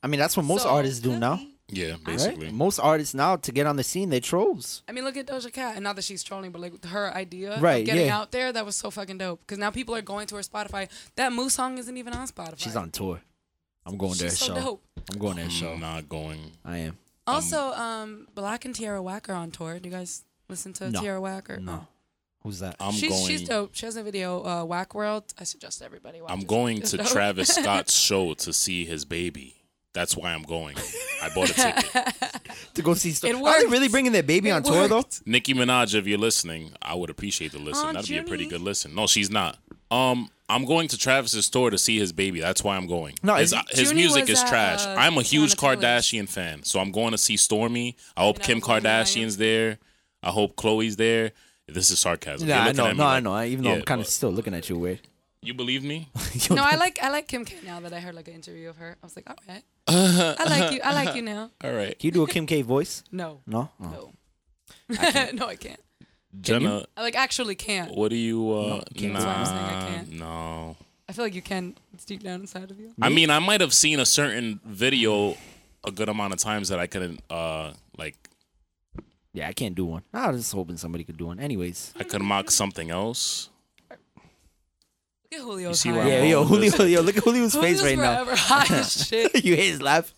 S1: I mean, that's what most
S2: So,
S1: artists do
S2: could
S1: now.
S2: be.
S3: yeah, basically.
S1: Right? Mm, Most artists now to get on the scene, they trolls.
S2: I mean, look at Doja Cat, and not that she's trolling, but like her idea
S1: Right,
S2: of getting
S1: yeah.
S2: out there, that was so fucking dope. Because now people are going to her Spotify. That Moose song isn't even on Spotify.
S1: She's on tour. I'm going to her
S2: She's so
S1: show.
S2: dope.
S1: I'm going to her show.
S3: I'm not going.
S1: I am.
S2: Also, um, Black and Tierra Whack are on tour. Do you guys listen to
S1: No.
S2: Tierra Oh. Uh, Whack? Or,
S1: No. Who's that?
S3: I'm
S2: she's,
S3: going.
S2: she's dope. She has a video, uh, Whack World. I suggest everybody watch
S3: I'm
S2: it.
S3: going
S2: It's
S3: to
S2: dope. [LAUGHS]
S3: Travis Scott's show to see his baby. That's why I'm going. I bought a ticket.
S1: to go see. Sto-
S2: It
S1: Are they really
S2: worked.
S1: bringing their baby
S2: It
S1: on tour though?
S2: worked.
S3: Nicki Minaj, if you're listening, I would appreciate the listen.
S2: Aw,
S3: That'd be a pretty
S2: Jimmy.
S3: good listen. No, she's not. Um, I'm going to Travis's store to see his baby. That's why I'm going.
S1: No,
S3: his, uh,
S1: if-
S3: his
S2: Junie
S3: music
S2: was
S3: is
S2: at,
S3: trash.
S2: uh,
S3: I'm a huge
S2: Tiana Taylor's.
S3: Kardashian fan, so I'm going to see Stormy. I hope
S2: I
S3: Kim
S2: was wondering why.
S3: Kardashian's there. I hope Chloe's there. This is sarcasm.
S1: Yeah,
S3: You're
S1: I
S3: looking
S1: know.
S3: at me
S1: No, I
S3: like-
S1: know. I- Even though
S3: Yeah,
S1: I'm kind of
S3: but-
S1: still looking at you
S2: [LAUGHS]
S1: weird.
S3: You
S1: [LAUGHS]
S3: believe me?
S2: No, I like I like Kim K now that I heard like an interview of her. I was like, all right, I like you. I like you now.
S3: All right.
S1: Can you do a Kim K voice?
S2: No, [LAUGHS]
S1: No. Oh.
S2: no, [LAUGHS] no, I can't.
S3: Jenna,
S2: I like actually can't.
S3: what do you. Uh,
S1: can't.
S3: nah,
S1: That's
S2: why I'm saying I can't.
S3: No.
S2: I feel like you can. It's deep down inside of you.
S3: I mean, I might have seen a certain video a good amount of times that I couldn't, uh, like,
S1: Yeah, I can't do one. I was just hoping somebody could do one. Anyways.
S3: I could mock something else.
S2: Look at Julio's
S3: You see
S2: high.
S3: where I'm
S1: Yeah,
S3: going
S1: yo,
S3: with this?
S1: Julio, yo, look at Julio's
S2: Julio's
S1: face right now.
S2: forever high
S3: [LAUGHS]
S2: as
S1: [LAUGHS]
S2: shit.
S1: you hear his laugh?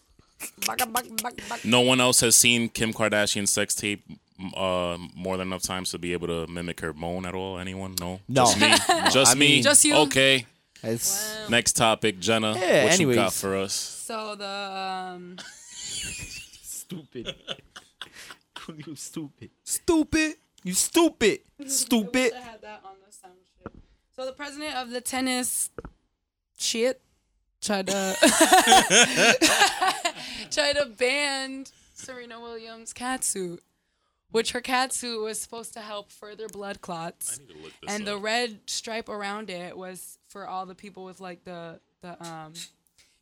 S3: No one else has seen Kim Kardashian's sex tape m- uh, more than enough times to be able to mimic her moan at all. Anyone? No.
S1: No. [LAUGHS]
S3: Just me. Just
S1: I
S3: me.
S1: mean-
S2: Just you.
S3: Okay.
S1: It's
S3: Next topic, Jenna.
S1: Yeah,
S3: what you got
S1: anyways.
S3: for us?
S2: So the
S3: [LAUGHS]
S2: um,
S1: stupid. Julio, stupid. Stupid. You stupid. Stupid.
S2: I had that on the sound shit. So the president of the tennis shit tried to
S3: [LAUGHS]
S2: [LAUGHS] tried to ban Serena Williams' cat suit, which her cat suit was supposed to help further blood clots, and the red stripe around it was for all the people with like the the um,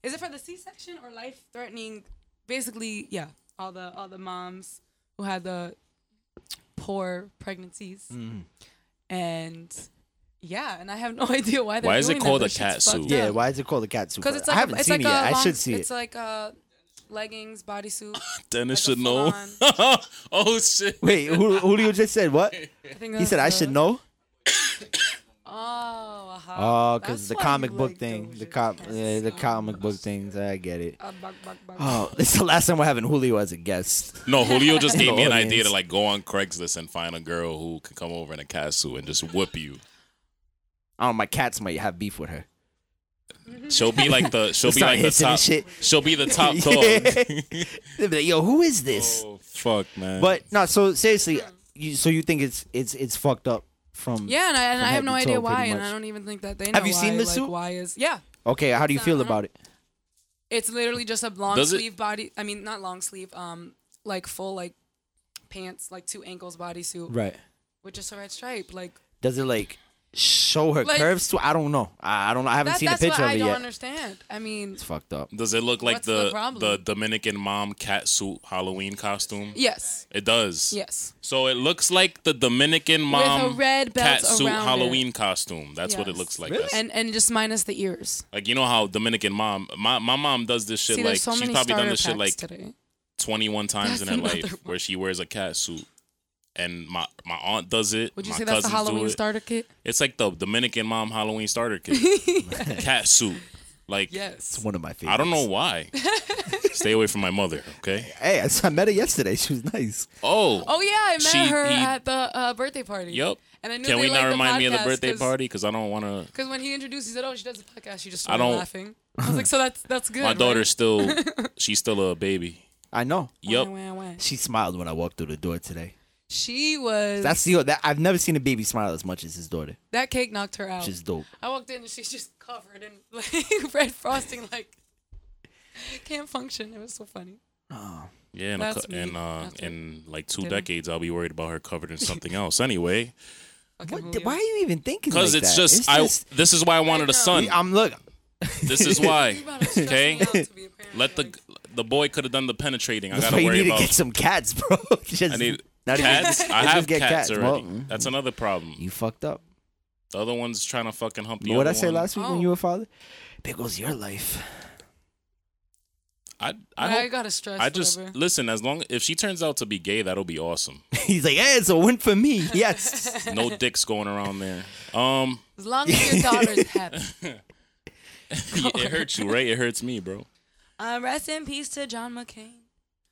S2: is it for the C-section or life-threatening? Basically, yeah, all the all the moms who had the poor pregnancies
S3: Mm-hmm.
S2: and. Yeah, and I have no [LAUGHS] idea why they're
S3: Why is
S2: doing
S3: it
S2: that.
S3: called
S2: That
S3: a
S2: shit's
S3: cat
S2: fucked
S3: suit?
S2: up.
S1: Yeah, why is it called a cat super?
S2: Because it's like
S1: I haven't
S2: a, it's
S1: seen
S2: like
S1: it yet.
S2: A
S1: I
S2: long,
S1: should see
S2: It's
S1: it.
S2: like a leggings, bodysuit.
S3: Dennis
S2: like
S3: should
S2: a
S3: know. [LAUGHS] oh shit.
S1: Wait, Wait, Ju- Julio just said what?
S2: I think
S1: He
S2: that's
S1: said I
S2: the-
S1: should know.
S2: Oh, aha.
S1: Oh, because
S2: That's
S1: the
S2: why you
S1: comic book
S2: like
S1: thing,
S2: those
S1: the
S2: shits.
S1: cop, yeah,
S2: Yes.
S1: the comic book things. I get it.
S2: Ah, bug, bug, bug.
S1: Oh, [LAUGHS] this is the last time we're having Julio as a guest.
S3: No, Julio just gave me an
S1: Audience.
S3: idea to like go on Craigslist and find a girl who could come over in a cat suit and just whoop you.
S1: Oh, my cats might have beef with her.
S3: She'll be like the she'll be
S1: Start
S3: like the
S1: hissing and
S3: top.
S1: shit.
S3: She'll be
S1: [LAUGHS]
S3: the [LAUGHS] top
S1: Yeah.
S3: dog.
S1: They'll be like, Yo, who is this?
S3: oh, fuck, man.
S1: But no, so seriously, you, so you think it's it's it's fucked up from?
S2: Yeah, and I, and
S1: from
S2: I
S1: head
S2: have no
S1: to
S2: idea
S1: toe, pretty
S2: why, and
S1: much.
S2: I don't even think that they know
S1: Have you
S2: why,
S1: seen the
S2: like,
S1: suit?
S2: Why is yeah?
S1: Okay, how do you
S2: So, uh-huh.
S1: feel
S2: I don't-
S1: about it?
S2: It's literally just a long
S3: Does it-
S2: sleeve body. I mean, not long sleeve. Um, like full like pants, like two ankles bodysuit
S1: Right.
S2: with just a red stripe. Like
S1: Does it like show her
S2: Like-
S1: curves too? I don't know. I, I don't. know. I haven't
S2: that,
S1: seen a
S2: that's what
S1: picture of
S2: I
S1: it
S2: don't
S1: yet.
S2: understand. I mean,
S1: It's fucked up.
S3: does it look like
S2: What's the
S3: the the,
S2: problem?
S3: Dominican mom cat suit Halloween costume?
S2: yes,
S3: It does.
S2: yes.
S3: So it looks like the Dominican mom
S2: a red belt
S3: cat suit
S2: around it.
S3: Halloween costume. That's what it
S2: Yes.
S3: looks like.
S1: Really?
S3: That's-
S2: and and just minus the ears.
S3: like you know how Dominican mom, my, my mom does this shit
S2: See,
S3: like
S2: there's so
S3: she's
S2: many
S3: probably done
S2: starter
S3: this shit
S2: packs
S3: like
S2: today.
S3: 21 times
S2: That's
S3: in her
S2: another
S3: life
S2: one.
S3: where she wears a cat suit. And my my aunt does it.
S2: Would you
S3: my
S2: say that's the
S3: cousins do
S2: Halloween
S3: it.
S2: starter kit?
S3: It's like the Dominican mom Halloween starter
S2: [LAUGHS]
S3: kit. [LAUGHS] cat suit. Like
S1: It's
S2: Yes.
S1: one of my favorites.
S3: I don't
S2: [LAUGHS]
S3: know why. Stay away from my mother, okay?
S1: Hey, I, I met her yesterday. She was nice.
S3: Oh.
S2: Oh yeah, I met
S3: She-
S2: her
S3: he-
S2: at the uh, birthday party.
S3: Yep.
S2: And I knew
S3: Can
S2: they
S3: we
S2: liked
S3: not
S2: the
S3: remind me of the
S2: podcast
S3: birthday
S2: 'cause-
S3: party? Because I don't want to.
S2: Because when he introduced, he said, "Oh, she does a podcast." She just
S3: I
S2: started
S3: don't-
S2: laughing. I was like, "So that's that's good."
S3: [LAUGHS] My
S2: right?
S3: daughter's still.
S2: [LAUGHS]
S3: she's still a baby.
S1: I know.
S3: Yep.
S2: Wah, wah, wah.
S1: She smiled when I walked through the door today.
S2: She was
S1: That's the that I've never seen a baby smile as much as his daughter.
S2: that cake knocked her out.
S1: She's dope.
S2: I walked in and she's just covered in [LAUGHS] like red frosting, like can't function. It was so funny.
S3: Yeah, in, a,
S2: That's
S3: cou-
S2: me
S3: in, uh,
S2: after
S3: in like two
S2: dinner.
S3: decades, I'll be worried about her covered
S2: [LAUGHS]
S3: in something else anyway.
S2: Fucking
S1: What, the-
S2: Julio.
S1: why are you even thinking?
S3: Because
S1: like
S3: it's,
S1: that?
S3: just, I. This is why I wanted a son.
S1: I'm look.
S3: This is why.
S2: [LAUGHS] You about to stress
S3: Okay?
S2: me out, to be a parent,
S3: Let the
S2: like-
S3: the boy could have done the penetrating. I
S1: That's
S3: gotta
S1: why [LAUGHS] you
S3: worry
S1: need to
S3: about.
S1: get some cats, bro. [LAUGHS] Just-
S3: I need
S1: not even-
S3: cats. I
S1: just
S3: have
S1: get
S3: cats, already.
S1: Well, mm,
S3: That's another problem.
S1: [LAUGHS] you fucked up.
S3: The other one's trying to fucking hump the
S1: What
S3: other
S1: I say
S3: one.
S1: last week
S2: Oh.
S1: when you were father? There goes your life. [LAUGHS]
S3: I I,
S2: I,
S3: hope,
S2: gotta stress.
S3: I just
S2: whatever.
S3: listen. As long if she turns out to be gay, that'll be awesome.
S1: He's like, hey, it's a win for
S2: [LAUGHS]
S1: me. Yes.
S3: No dicks going around there. Um,
S2: as long as your
S3: [LAUGHS]
S2: daughter's happy.
S3: it hurts you, right? It hurts me, bro.
S2: Uh, rest in peace to John McCain.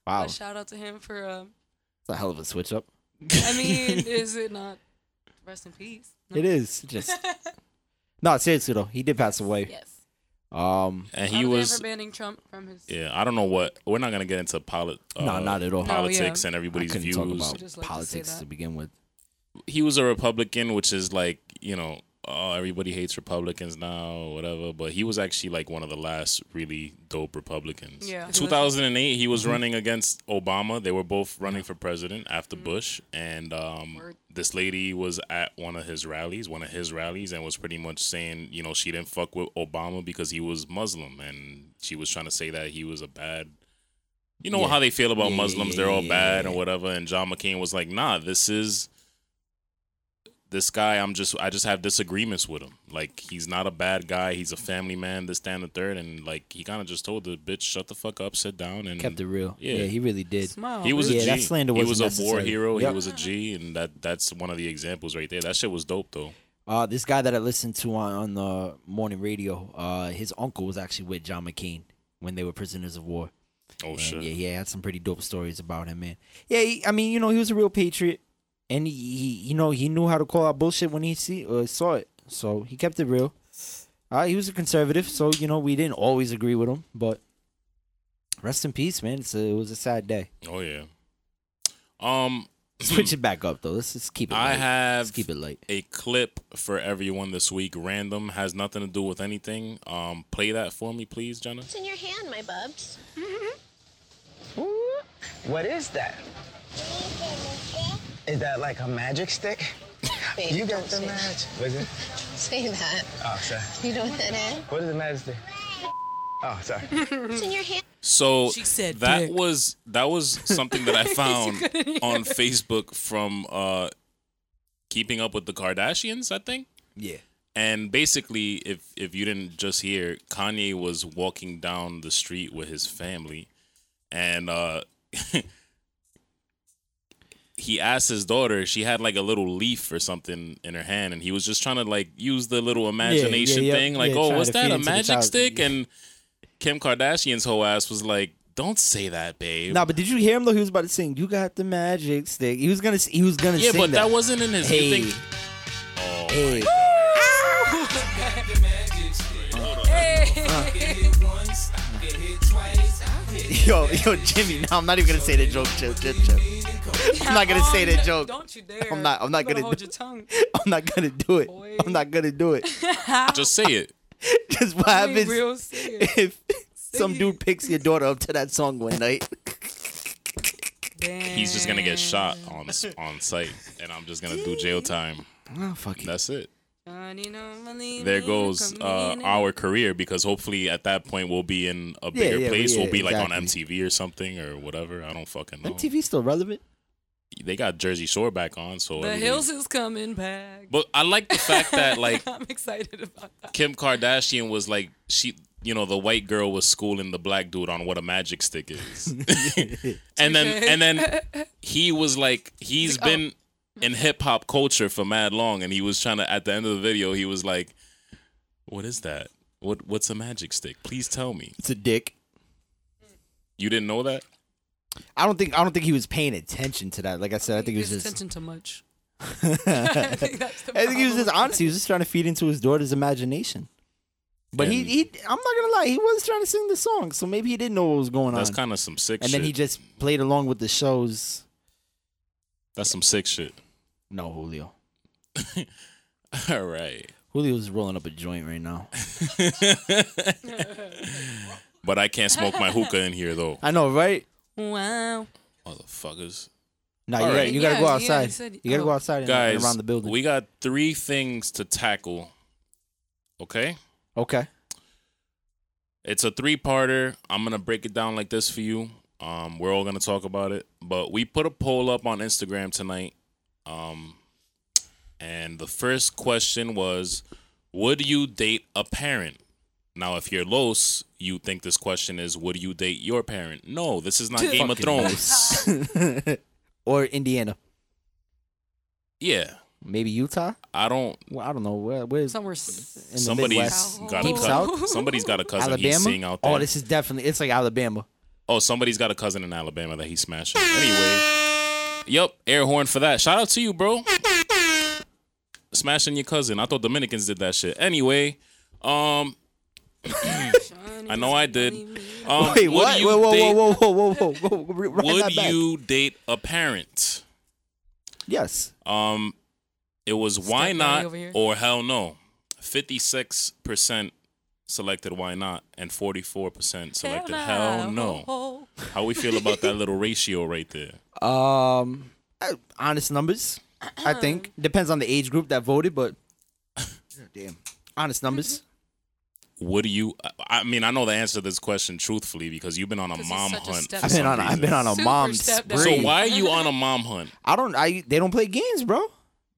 S1: wow,
S2: A shout out to him for. Uh,
S1: it's a hell of a switch up.
S2: I mean, is it not? Rest in peace. No.
S1: It is
S2: [LAUGHS]
S1: just. no, seriously though, he did pass away.
S2: Yes.
S1: Um,
S3: And
S2: Other
S3: he
S2: than
S3: was.
S2: for banning Trump from his.
S3: Yeah, I don't know what. We're not gonna get into polit. Uh,
S1: No, not at all. No,
S3: Politics
S2: yeah.
S3: and
S1: I
S3: everybody's
S1: couldn't
S3: views.
S1: talk
S2: I
S1: about
S2: just like to say
S1: politics to,
S2: that.
S1: begin with.
S3: he was a Republican, which is like you know, oh, everybody hates Republicans now, or whatever. But he was actually like one of the last really dope Republicans.
S2: Yeah.
S3: 2008, he was running against Obama. They were both running for president after Bush, and um,
S2: Mm-hmm. Word.
S3: this lady was at one of his rallies, one of his rallies, and was pretty much saying, you know, she didn't fuck with Obama because he was Muslim, and she was trying to say that he was a bad. You know
S1: Yeah.
S3: how they feel about
S1: Yeah, yeah,
S3: Muslims;
S1: yeah,
S3: they're all
S1: yeah,
S3: bad
S1: yeah,
S3: or
S1: yeah.
S3: whatever. And John McCain was like, "Nah, this is this guy i'm just i just have disagreements with him like he's not a bad guy he's a family man this that and the third and like he kind of just told the bitch shut the fuck up sit down and
S1: Kept it real.
S3: Yeah.
S1: Yeah, he really did.
S2: Smile.
S3: he was
S1: Yeah,
S3: a G.
S1: that slander
S3: he was
S1: wasn't
S3: a war
S1: necessary.
S3: hero
S1: Yep.
S3: he was a g and that that's one of the examples right there that shit was dope though
S1: Uh, this guy that I listened to on, on the morning radio, uh, his uncle was actually with John McCain when they were prisoners of war.
S3: oh
S1: And
S3: shit
S1: Yeah, he had some pretty dope stories about him, man. Yeah, he, I mean, you know, he was a real patriot, and he, he you know, he knew how to call out bullshit when he see uh, saw it. So he kept it real. Uh, he was a conservative, so you know, we didn't always agree with him, but rest in peace, man. It's a, it was a sad day.
S3: oh yeah um
S1: Switch it back up though. Let's just keep it.
S3: I
S1: light.
S3: have
S1: Let's keep it light.
S3: a clip for everyone this week random has nothing to do with anything um play that for me please jenna
S7: What's in your hand, my bubs?
S8: What is that? Is that like a magic stick?
S7: Babe,
S8: You got uh,
S7: don't
S8: the
S7: say-
S8: magic. Was it?
S7: Say that.
S8: Oh, sorry.
S7: You know what that is?
S8: What is the magic stick? Oh, sorry.
S7: What's in your hand?
S3: So
S2: She said
S3: that
S2: dick.
S3: was that was
S2: [LAUGHS]
S3: something that I found on Facebook from uh Keeping Up with the Kardashians, I think.
S1: Yeah.
S3: And basically, if if you didn't just hear, Kanye was walking down the street with his family, and uh, [LAUGHS] he asked his daughter. She had like a little leaf or something in her hand, and he was just trying to like use the little imagination
S1: yeah,
S3: thing, like,
S1: yeah,
S3: "Oh,
S1: trying
S3: what's
S1: to feed it
S3: that? A
S1: to the
S3: magic
S1: child."
S3: stick?" And Kim Kardashian's whole ass was like, "Don't say that, babe."
S1: Nah, but did you hear him though? He was about to sing. You got the magic stick. He was gonna. s- He was gonna
S3: yeah,
S1: sing
S3: but that
S1: that.
S3: wasn't in his.
S1: Hey.
S3: You think? Oh,
S1: Hey. [LAUGHS]
S2: [LAUGHS]
S1: Yo, yo, Jimmy. No, I'm not even gonna say the joke, Chip, Chip, Chip. I'm not gonna say that joke.
S2: Don't you dare.
S1: I'm not- I'm not
S2: You better
S1: gonna
S2: hold
S1: do- [LAUGHS]
S2: your tongue.
S1: I'm not gonna do it. I'm not gonna do [LAUGHS] it.
S3: just say it.
S1: Cause what
S2: Be
S1: happens
S2: real serious.
S1: [LAUGHS] if some
S2: it.
S1: dude picks your daughter up to that song one
S3: [LAUGHS]
S1: night?
S3: He's just gonna get shot on s- on site, and I'm just gonna do jail time.
S1: Oh, fuck it.
S3: That's it.
S2: Johnny, no, Malini,
S3: there goes uh,
S2: Kamini.
S3: our career because hopefully at that point we'll be in a bigger
S1: yeah,
S3: place.
S1: yeah,
S3: we'll be like on
S1: exactly.
S3: MTV or something or whatever. I don't fucking know.
S1: MTV still relevant.
S3: They got Jersey Shore back on, so
S2: The
S3: everybody-
S2: hills is coming back. [LAUGHS]
S3: But I like the fact that like
S2: I'm excited about that.
S3: Kim Kardashian was like she, you know, the white girl was schooling the black dude on what a magic
S1: [LAUGHS]
S3: stick is, [LAUGHS] and then and then he was like he's been in hip hop culture for mad long, and he was trying to at the end of the video he was like, "What is that? What what's a magic stick? Please tell me."
S1: It's a dick.
S3: You didn't know that?
S1: I don't think. I don't think he was paying attention to that. Like I said, I think he was
S2: Pays
S1: just.
S2: attention to much.
S1: [LAUGHS]
S2: [LAUGHS]
S1: I
S2: think that's the
S1: think he was just
S2: problem.
S1: honest. He was just trying to feed into his daughter's imagination. But he,
S3: And-
S1: he, I'm not gonna lie, he was trying to sing the song, so maybe he didn't know what was going
S3: That's
S1: on.
S3: kind of some sick
S1: and
S3: shit.
S1: then he just played along with the shows.
S3: That's some sick shit. [LAUGHS]
S1: No, Julio.
S3: All right.
S1: Julio's rolling up a joint right now.
S3: But I can't smoke my hookah in
S1: [LAUGHS]
S3: here though.
S1: I know, right?
S2: Wow.
S3: Motherfuckers.
S1: No,
S3: All
S1: you,
S3: right.
S1: gotta, you gotta go
S2: Yeah, yeah,
S1: outside.
S2: he said-
S1: you gotta go
S2: oh.
S1: outside and, and
S3: Guys,
S1: around the building.
S3: we got three things to tackle. Okay?
S1: okay.
S3: It's a three parter. I'm gonna break it down like this for you. Um, we're all gonna talk about it. But we put a poll up on Instagram tonight. Um and the first question was Would you date a parent? Now if you're Los, you think this question is would you date your parent? No, this is not Game of
S1: Fucking
S3: Thrones.
S1: nice. [LAUGHS] or Indiana,
S3: Yeah.
S1: maybe Utah.
S3: I don't
S1: Well, I don't know where. Where's [LAUGHS]
S2: Somewhere. s-
S1: in the
S3: somebody's
S1: Midwest?
S3: got a
S1: Deep
S3: cousin.
S1: South?
S3: Somebody's got a cousin he's seeing
S1: Alabama.
S3: out there.
S1: Oh, this is definitely. It's like Alabama.
S3: Oh, somebody's got a cousin in Alabama that he's smashing. Anyway, yep, air horn for that. Shout out to you, bro. Smashing your cousin. I thought Dominicans did that shit. Anyway, um, I know I did. Um,
S1: Wait,
S3: would
S1: what?
S3: you
S1: Whoa, whoa, whoa,
S3: date-
S1: whoa, whoa, whoa, whoa, whoa! Run that
S3: Would
S1: back.
S3: you date a parent?
S1: Yes.
S3: Um, it was why
S2: Stepdaddy
S3: not
S2: over here.
S3: or hell no. Fifty-six percent selected why not, and forty-four percent selected hell no.
S2: no.
S3: How we feel about that little ratio right there?
S1: Um, uh, honest numbers. I think
S2: [CLEARS THROAT]
S1: depends on the age group that voted, but damn, honest
S2: [LAUGHS]
S1: numbers.
S3: Would you? I- I mean, I know the answer to this question truthfully because you've been on a
S2: 'Cause he's
S3: mom
S2: such a
S3: hunt.
S2: step-
S3: for
S1: I've been
S3: some
S1: on. A, I've been
S3: reason.
S1: on a
S2: Super
S1: mom's
S2: step down.
S1: spree.
S3: So why are you on a mom hunt?
S1: I don't. I they don't play games, bro.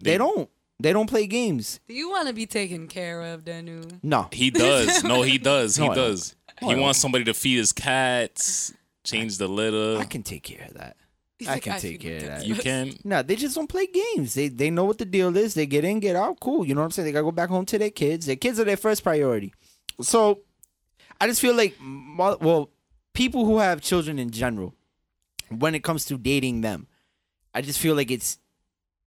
S1: They, don't. They don't play games.
S2: Do you want to be taken care of, Danu?
S1: No.
S2: [LAUGHS]
S3: He does. No, he does. He
S1: No, I don't.
S3: does.
S1: No, I
S3: He
S1: don't.
S3: wants somebody to feed his cats, change the litter.
S1: I can take care of that. I
S2: like,
S1: can
S2: I
S1: take
S2: feel
S1: care of
S2: like
S1: that.
S3: You can.
S1: No, they just don't play games. They they know what the deal is. They get in, get out. Cool. You know what I'm saying? They gotta go back home to their kids. Their kids are their first priority. So, I just feel like mo- well, people who have children in general, when it comes to dating them, I just feel like it's,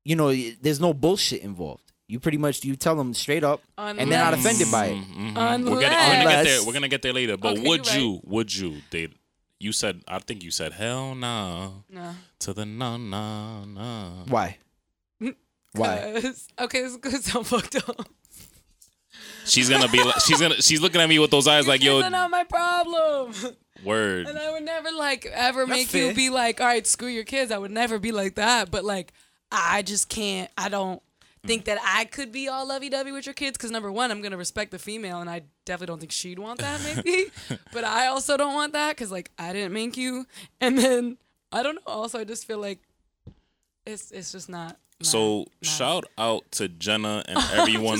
S1: you know, y- there's no bullshit involved. You pretty much you tell them straight up, and they're not
S2: Unless-
S1: offended by it.
S3: Mhm. We're gonna, we're gonna get
S1: Unless-
S3: there. We're gonna get there later. But
S2: Okay,
S3: would
S2: you're
S3: you? Would you date? You said. I think you said hell nah
S2: No.
S3: to the nah nah nah.
S2: [LAUGHS]
S1: Why? Why?
S2: 'Cause- Okay, it's good. So I'm fucked up.
S3: She's gonna be. Like, she's gonna. She's looking at me with those eyes like,
S2: That's
S3: yo,
S2: not my
S3: [LAUGHS]
S2: problem.
S3: word.
S2: And I would never like ever make
S1: fair.
S2: you be like, all right, screw your kids. I would never be like that. But like, I just can't. I don't
S3: Mm.
S2: think that I could be all lovey dovey with your kids because number one, I'm gonna respect the female, and I definitely don't think she'd want
S3: [LAUGHS]
S2: that. Maybe, but I also don't want that because like I didn't make you. And then I don't know. Also, I just feel like it's it's just not. my-
S3: So
S2: my-
S3: shout out to Jenna and everyone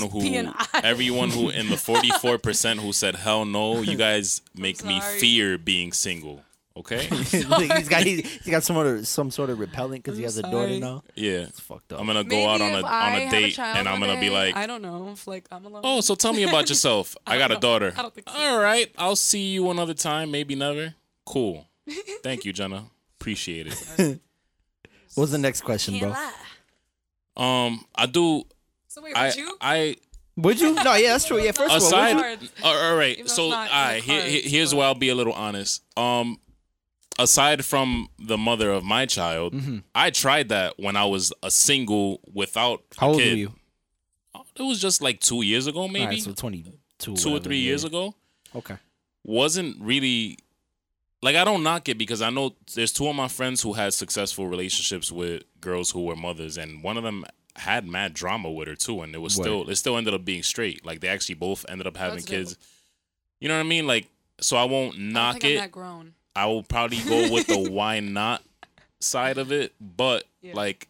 S2: [LAUGHS] Just
S3: who
S2: being honest.
S3: everyone
S2: [LAUGHS]
S3: who in the forty four percent who said hell no, you guys make me
S2: sorry.
S3: fear being single.
S2: [LAUGHS]
S3: Okay.
S1: [LAUGHS] he's got he's, he's got some other some sort of repellent because he
S2: I'm
S1: has a daughter
S2: sorry.
S1: now.
S3: yeah.
S1: It's fucked up.
S3: I'm gonna go
S2: Maybe
S3: out on
S2: if
S3: a
S2: I
S3: on a
S2: have
S3: date
S2: child
S3: and I'm
S2: one
S3: gonna be
S2: day,
S3: like,
S2: I don't know. If, like I'm alone.
S3: oh, so tell me
S2: [LAUGHS]
S3: about yourself. I, got a
S2: know.
S3: daughter.
S2: I don't think so.
S3: All right, I'll see you another time. Maybe never.
S2: [LAUGHS]
S3: Cool. Thank you, Jenna. Appreciate it.
S1: What's the next question, bro?
S3: Um, I do.
S2: so wait,
S3: I
S2: would you?
S3: I
S1: Would you? No, yeah, that's true. Yeah, first of all, would
S3: aside.
S1: you-
S2: cards.
S3: all- all
S2: Even
S3: right.
S2: though
S3: So, all
S2: it's not in the
S3: right. Here,
S2: cards,
S3: here- here's
S2: but-
S3: where I'll be a little honest. Um, aside from the mother of my child,
S1: Mm-hmm.
S3: I tried that when I was a single without. a
S1: how old were
S3: kid.
S1: you?
S3: It was just like two years ago, maybe
S1: All right, so 22.
S3: two or three years ago.
S1: Okay.
S3: wasn't really like I don't knock it because I know there's two of my friends who had successful relationships with girls who were mothers, and one of them had mad drama with her too, and it was still it still ended up being straight. Like they actually both ended up having
S2: That's dope.
S3: kids. You know what I mean? Like so I won't
S2: I
S3: knock
S2: don't think I'm
S3: it.
S2: that grown.
S3: I will probably
S2: [LAUGHS]
S3: go with the why not side of it, but
S2: Yeah.
S3: like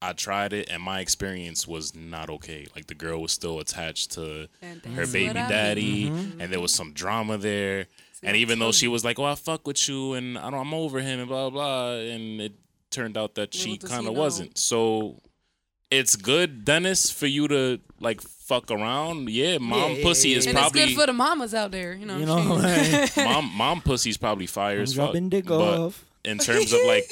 S3: I tried it and my experience was not okay. Like the girl was still attached to
S2: And
S3: her
S2: that's
S3: baby
S2: what I mean.
S3: daddy,
S1: Mm-hmm.
S3: and there was some drama there. and
S2: I
S3: even though
S2: told
S3: she
S2: you.
S3: was like, "Oh, I fuck with you, and I don't, I'm over him," and blah blah, blah, and it turned out that she
S2: Little does he
S3: kind of
S2: know.
S3: wasn't. So it's good, Dennis, for you to like fuck around. Yeah, mom
S1: yeah,
S3: pussy
S1: yeah,
S3: is
S2: And it's
S3: probably
S2: good for the mamas out there, you know.
S1: You know,
S2: she-
S1: like,
S2: [LAUGHS]
S3: mom mom pussy's probably fire
S1: I'm
S3: as fuck.
S1: dropping dick
S3: but
S1: off.
S3: in terms of
S1: [LAUGHS]
S3: like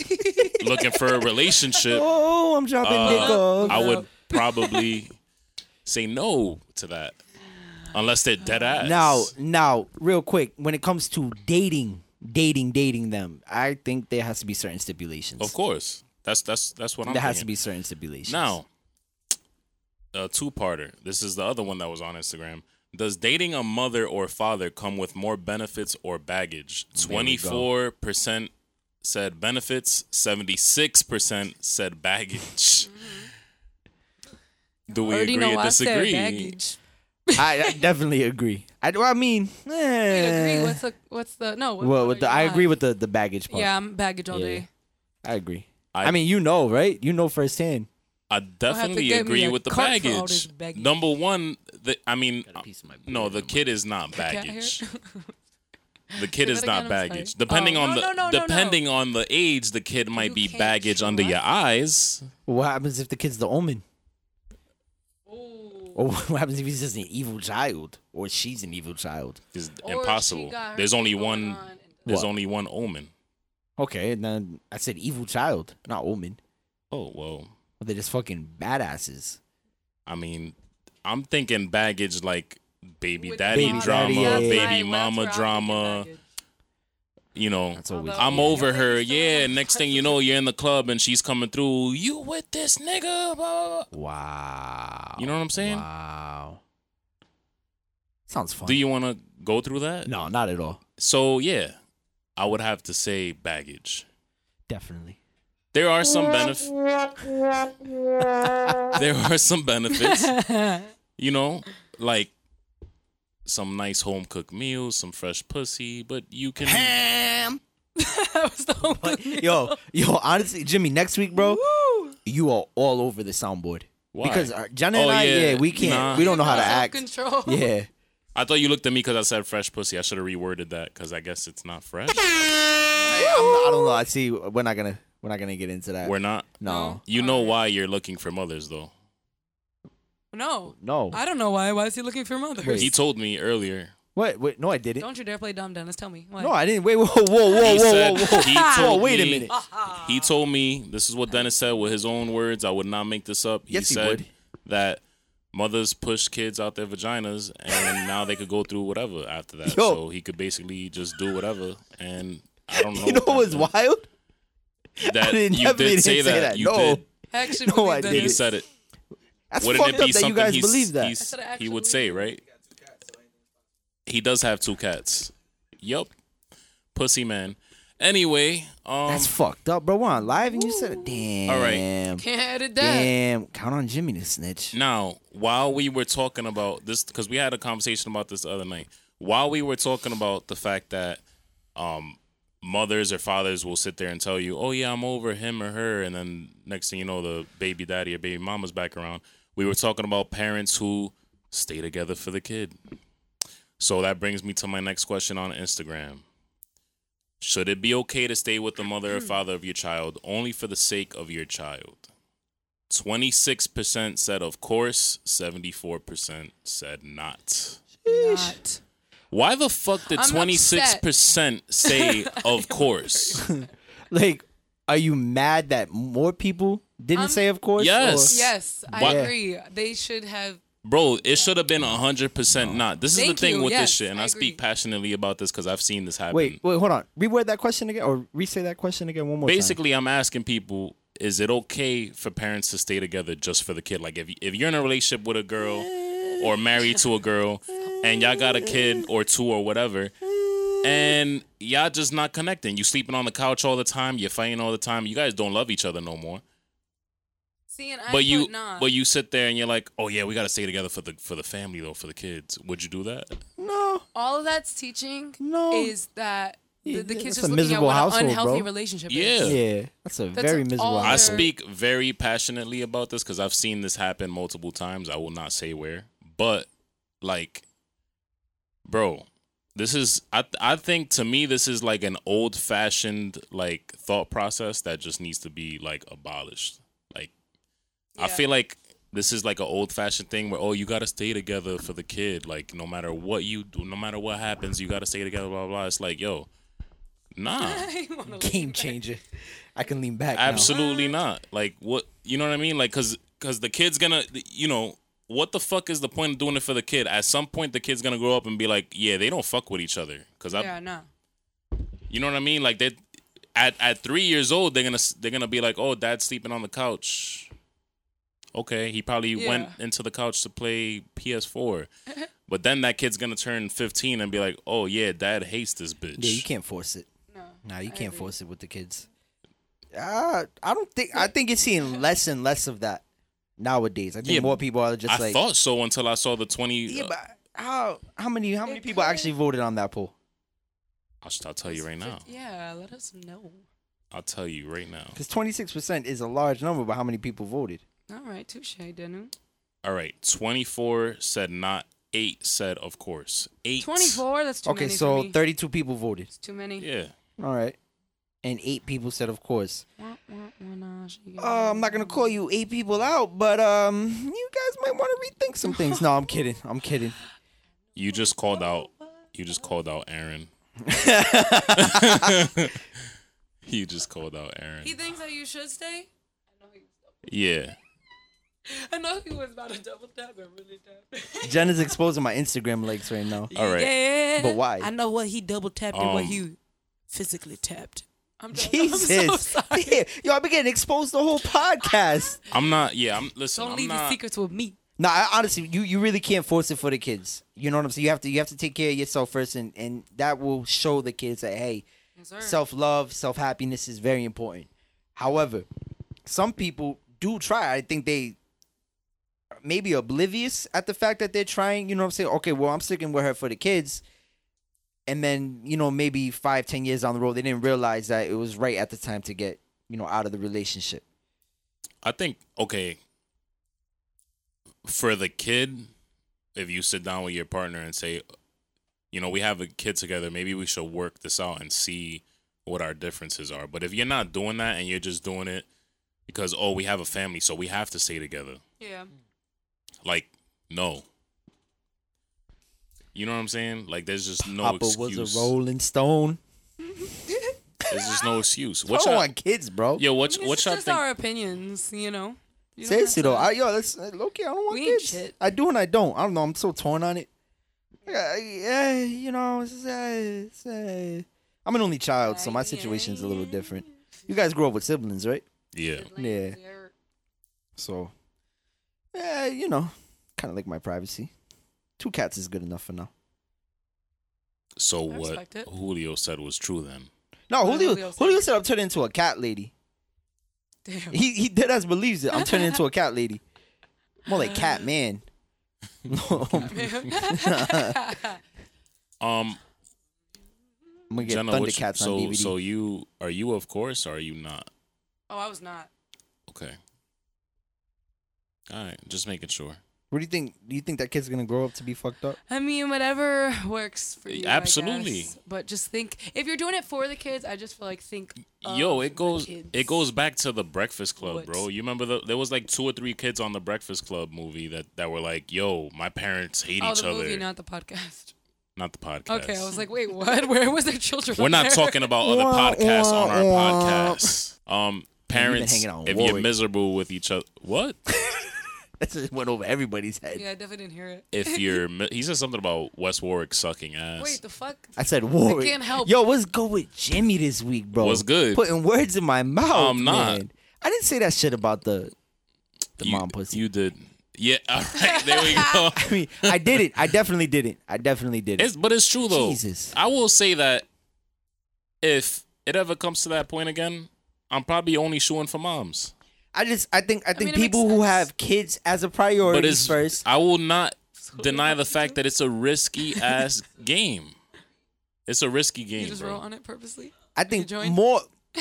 S3: looking for a relationship,
S1: oh, I'm dropping dick
S3: uh,
S1: off.
S3: I would probably say no to that. Unless they're dead ass.
S1: Now, now, real quick, when it comes to dating, dating, dating them, I think there has to be certain stipulations.
S3: Of course. That's that's that's what I'm
S1: there has to
S3: thinking.
S1: be certain stipulations.
S3: Now, a two-parter. This is the other one that was on Instagram. Does dating a mother or father come with more benefits or baggage?
S1: we
S3: Twenty-four
S1: go.
S3: percent said benefits. Seventy-six percent said baggage.
S1: Mm-hmm.
S3: Do
S2: [LAUGHS]
S3: we
S2: Already
S3: agree
S2: know
S3: or
S2: I said
S3: disagree?
S2: baggage.
S1: [LAUGHS] I, I definitely agree. I, well, I mean,
S2: We
S1: eh.
S2: agree. What's the what's the no? What,
S1: well,
S2: what
S1: with
S2: are
S1: the,
S2: you
S1: I
S2: on?
S1: agree with the, the baggage part.
S2: Yeah, I'm baggage all
S1: Yeah.
S2: day.
S1: I agree.
S3: I-
S1: I, mean, you know, right? You know firsthand.
S3: I definitely
S2: get me
S3: agree
S2: a
S3: with the
S2: cart for all this
S3: baggage.
S2: baggage.
S3: Number one, the I mean, uh,
S1: piece of my beard
S3: no, the kid is not
S2: Can't hear [LAUGHS]
S3: baggage.
S2: it?
S3: The kid
S2: Say
S3: is
S2: that
S3: not
S2: again, I'm sorry.
S3: baggage. Depending
S2: Oh,
S3: on
S2: no,
S3: the
S2: no, no, no, no.
S3: depending on the age, the kid might
S2: You
S3: be
S2: can't
S3: baggage under
S2: choose.
S3: your eyes.
S1: What happens if the kid's the omen? Or what happens if he's just an evil child, or she's an evil child?
S3: It's
S2: Or she
S3: impossible.
S2: got her
S3: There's only
S2: shit going
S3: one.
S2: on and-
S3: There's
S1: What?
S3: only one omen.
S1: Okay, and then I said evil child, not omen.
S3: Oh well.
S1: They're just fucking badasses.
S3: I mean, I'm thinking baggage like baby
S2: With
S3: daddy
S1: Baby
S3: drama,
S1: daddy, yeah.
S3: baby
S1: That's
S2: right, well,
S3: mama
S2: that's where I'm thinking
S3: drama.
S2: baggage.
S3: You know,
S1: That's always.
S2: Although-
S3: I'm
S2: Yeah,
S3: over
S2: baby
S3: her.
S2: still
S3: Yeah.
S2: has
S3: Next thing you know, you're in the club and she's coming through. You with this nigga? Blah, blah, blah.
S1: Wow.
S3: You know what I'm saying?
S1: Wow. Sounds fun.
S3: Do you want to go through that?
S1: No, not at all.
S3: So yeah, I would have to say baggage.
S1: Definitely.
S3: There are some benefits. [LAUGHS] there are some benefits. You know, like some nice home cooked meals, some fresh pussy, but you can
S2: [LAUGHS]
S1: [LAUGHS]
S2: that was the whole.
S1: yo, yo, honestly, Jimmy, next week, bro, you are all over the soundboard.
S3: Why?
S1: Because uh, Jenna
S3: Oh,
S1: and I,
S3: yeah.
S1: yeah, we can't,
S3: Nah.
S1: we don't know
S2: [LAUGHS]
S1: how to
S2: Self
S1: act.
S2: Control.
S1: Yeah.
S3: I thought you looked at me because I said fresh pussy. I should have reworded that because I guess it's not fresh.
S1: I, I'm not- I don't know. I see. We're not gonna, we're not gonna get into that.
S3: We're not.
S1: no,
S3: You know why you're looking for mothers though.
S2: No.
S1: no.
S2: I don't know why. Why is he looking for mothers?
S1: Wait.
S3: He told me earlier.
S1: What? Wait, no, I didn't.
S2: Don't you dare play dumb, Dennis. Tell me. Why?
S1: No, I didn't. Wait, whoa, whoa, whoa, whoa,
S3: He
S1: whoa, whoa,
S3: [LAUGHS]
S1: [LAUGHS] whoa.
S3: He told
S1: wait a
S3: me- Uh,
S1: minute.
S3: He told me this is what Dennis said with his own words. I would not make this up. He
S1: Yes, he
S3: said
S1: would.
S3: that mothers push kids out their vaginas, and now they could go through whatever after that.
S1: Yo.
S3: So he could basically just do whatever. And I don't
S1: [LAUGHS]
S3: know. [LAUGHS]
S1: You know what's
S3: what that
S1: wild? [LAUGHS]
S3: meant. That
S1: I didn't-
S3: you
S1: definitely
S3: did
S1: didn't
S3: say
S1: say
S3: that.
S1: that.
S3: You
S1: No.
S3: did.
S2: I actually
S1: No,
S2: believe
S1: I
S3: He
S1: didn't.
S2: Dennis.
S3: said it.
S1: That's
S3: Wouldn't
S1: fucked
S3: it be
S1: up that you
S3: something
S1: guys
S3: he's,
S1: believe that.
S3: he's- um,
S2: said I
S3: he
S2: actually
S3: would say, right? He does have two cats. Yup. Pussy man. Anyway, um,
S1: That's fucked up, bro. We're on live and you said, it. damn.
S3: All right.
S2: Can't edit that.
S1: Damn. Count on Jimmy to snitch.
S3: Now, while we were talking about this, because we had a conversation about this the other night, while we were talking about the fact that um, mothers or fathers will sit there and tell you, "Oh yeah, I'm over him or her," and then next thing you know, the baby daddy or baby mama's back around. We were talking about parents who stay together for the kid. So that brings me to my next question on Instagram. Should it be okay to stay with the mother or father of your child only for the sake of your child? 26% said of course, 74% said not.
S2: Not.
S3: Why the fuck did
S2: I'm
S3: twenty six percent
S2: [LAUGHS]
S3: say of course?
S1: Like, are you mad that more people didn't
S2: I'm-
S1: say of course?
S3: Um, Yes.
S2: Yes, I
S3: Why-
S2: agree. They should have.
S3: Bro, it should have been hundred percent not. This is
S2: Thank
S3: the thing
S2: you,
S3: with
S2: yes,
S3: this shit, and
S2: I
S3: I,
S2: agree.
S3: speak passionately about this because I've seen this
S1: Or,
S3: happen.
S1: wait, wait, hold on. Reword that question again, or re-say that question again one more time.
S3: Basically, I'm asking people: Is it okay for parents to stay together just for the kid? Like, if if you're in a relationship with a girl or married to a girl, and y'all got a kid or two or whatever,
S1: Mm,
S3: and y'all just not connecting, you sleeping on the couch all the time, you're fighting all the time, you guys don't love each other no more.
S2: See, and I
S3: but you
S2: put not.
S3: but you sit there and you're like, oh yeah, we gotta stay together for the for the family though, for the kids. Would you do that?
S1: No,
S2: all of that's teaching
S1: No.
S2: is that the, the
S1: Yeah,
S2: kids
S1: that's a
S2: just looking at
S1: miserable
S2: what an
S1: household,
S2: unhealthy
S1: bro.
S2: relationship
S3: Yeah.
S2: is.
S1: yeah, that's a
S2: That's
S1: very
S2: a-
S1: miserable.
S2: all
S3: I
S2: Or-
S1: outcome.
S3: speak very passionately about this because I've seen this happen multiple times. I will not say where, but like, bro, this is I I think to me this is like an old fashioned like thought process that just needs to be like abolished. Like, I
S2: Yeah.
S3: feel like this is like an old fashioned thing where oh you gotta stay together for the kid. Like no matter what you do, no matter what happens, you gotta stay together. Blah blah. blah. It's like yo, nah.
S2: I wanna
S1: game changer. I can lean back. now.
S3: Absolutely not. Like what you know what I mean? Like cause cause the kid's gonna you know what the fuck is the point of doing it for the kid? At some point, the kid's gonna grow up and be like, yeah, they don't fuck with each other. Cause I,
S2: Yeah, no.
S3: you know what I mean? Like they, at at three years old, they're gonna s- they're gonna be like, oh, dad's sleeping on the couch. Okay, he probably
S2: Yeah.
S3: went into the couch to play PS4. But then that kid's gonna turn 15 and be like, "Oh yeah, dad hates this bitch."
S1: Yeah, you can't force it.
S2: No.
S1: Nah, you can't force it with the kids. Uh, I don't think. I think you're seeing less and less of that nowadays. I think
S3: Yeah,
S1: more people are just
S3: I
S1: like,
S3: thought uh, so until I saw the 20.
S1: yeah, but how how many how many people actually voted on that poll?
S3: I'll, I'll tell you right now.
S2: Yeah, let us know.
S3: I'll tell you right now.
S1: Because twenty six percent is a large number, but how many people voted?
S2: All right, touche, Denu.
S3: All right, 24 said not, 8 said of course. 8.
S2: 24, that's too
S1: okay,
S2: many.
S1: so
S2: for me.
S1: thirty two people voted.
S2: It's too many.
S3: Yeah.
S1: All right, and eight people said, of course.
S2: Wah, wah, wah, nah, she got
S1: Uh, I'm not gonna call you eight people out, but um, you guys might want to rethink some things. No, I'm kidding. I'm kidding.
S3: You just called out you just called out Aaron. [LAUGHS] you just called out Aaron.
S2: He thinks that you should stay?
S3: Yeah.
S2: [LAUGHS] I know he was about to double tap and really tap.
S1: Jen is exposing my Instagram legs right now.
S3: All right.
S2: Yeah.
S1: But why?
S2: I know [LAUGHS] what he double tapped and what
S3: Um,
S2: he physically tapped. I'm done.
S1: Jesus.
S2: I'm so sorry.
S1: Yeah, [LAUGHS] yo, I've been getting exposed the whole podcast.
S3: I'm not yeah, I'm listen,
S2: Don't
S3: I'm
S2: leave
S3: not
S2: your secrets with me.
S1: No, I, honestly, you, you really can't force it for the kids. You know what I'm saying? You have to you have to take care of yourself first, and, and that will show the kids that hey, self love, self happiness is very important. However, some people do try. I think they maybe oblivious at the fact that they're trying. You know what I'm saying? Okay, well, I'm sticking with her for the kids. And then, you know, maybe five, ten years down the road, they didn't realize that it was right at the time to get, you know, out of the relationship.
S3: I think okay. For the kid, if you sit down with your partner and say, you know, we have a kid together, maybe we should work this out and see what our differences are. But if you're not doing that and you're just doing it because oh, we have a family, so we have to stay together.
S2: Yeah.
S3: Like, no. You know what I'm saying? Like, there's just no
S1: Papa
S3: excuse.
S1: was a Rolling Stone.
S3: There's just no excuse.
S1: What
S3: What
S2: Oh,
S1: do
S3: y'all,
S1: on kids, bro.
S3: yo, what,
S2: I mean,
S3: what
S2: it's
S3: y'all
S2: just
S3: think?
S2: our opinions, you know. You don't
S1: Seriously
S2: have
S1: though,
S2: to-
S1: I, yo, that's Loki. I don't want
S2: We ain't
S1: kids.
S2: shit.
S1: I do and I don't. I don't know. I'm so torn on it. Like, I- Yeah, you know, it's, just, uh, it's, uh, I'm an only child, so my situation's a little different. You guys grew up with siblings, right?
S3: yeah.
S1: Yeah. So, yeah, you know, kind of like my privacy. Two cats is good enough for now.
S3: So
S2: I
S3: what
S2: respect it.
S3: Julio said was true then.
S1: No,
S2: What
S1: Julio,
S2: did Julio say?
S1: Julio said I'm turning into a cat lady.
S2: Damn.
S1: He he dead ass believes it. I'm turning into a cat lady. More
S2: [LAUGHS]
S1: like cat [LAUGHS]
S3: [LAUGHS]
S1: man. [LAUGHS]
S3: Um,
S1: I'm gonna get
S3: Jenna, what you-
S1: Thundercats
S3: so,
S1: on DVD.
S3: So you are you of course or are you not?
S2: [LAUGHS] Oh, I was not.
S3: Okay. All right, just making sure.
S1: What do you think? Do you think that kid's gonna grow up to be fucked up?
S2: I mean, whatever works for you. I
S3: Absolutely.
S2: guess. But just think, if you're doing it for the kids, I just feel like think.
S3: Yo,
S2: of
S3: it
S2: the
S3: goes
S2: Oh, kids.
S3: it goes back to the Breakfast Club,
S2: What?
S3: bro. You remember the, there was like two or three kids on the Breakfast Club movie that, that were like, "Yo, my parents hate
S2: Oh,
S3: each
S2: the
S3: other."
S2: movie, not the
S3: [LAUGHS]
S2: podcast.
S3: Not the podcast.
S2: Okay, I was like, wait, what? [LAUGHS] Where was their children?
S3: [LAUGHS] We're not
S2: there? [LAUGHS]
S3: talking about
S1: [LAUGHS]
S3: other
S1: Wah,
S3: podcasts on our
S1: wah, wah.
S3: podcast.
S1: [LAUGHS]
S3: Um, parents,
S1: hanging out in
S3: if you're
S1: Warwick.
S3: miserable with each other, what?
S1: [LAUGHS] That just went over everybody's head.
S2: Yeah, I definitely didn't hear it.
S3: if you're, [LAUGHS] mi- he said something about West Warwick sucking ass.
S2: Wait, the fuck?
S1: I said, "Whoa,
S2: can't help.
S1: Yo, what's good with Jimmy this week, bro?
S3: What's good?
S1: Putting words in my mouth.
S3: I'm not.
S1: man. I didn't say that shit about the the
S3: you,
S1: mom pussy.
S3: You did. Yeah. [LAUGHS] All right. There we go.
S1: [LAUGHS] I mean, I did it. I definitely did it. I definitely did it.
S3: It's but it's true though.
S1: Jesus.
S3: I will say that if it ever comes to that point again, I'm probably only shooing for moms.
S1: I just, I think, I think
S2: mean, it makes
S1: people who
S2: sense.
S1: have kids as a priority
S3: But it's
S1: first.
S3: I will not deny the fact that it's a risky ass [LAUGHS] game. It's a risky game.
S2: You just
S3: bro.
S2: wrote on it purposely?
S1: I think
S2: join?
S1: more,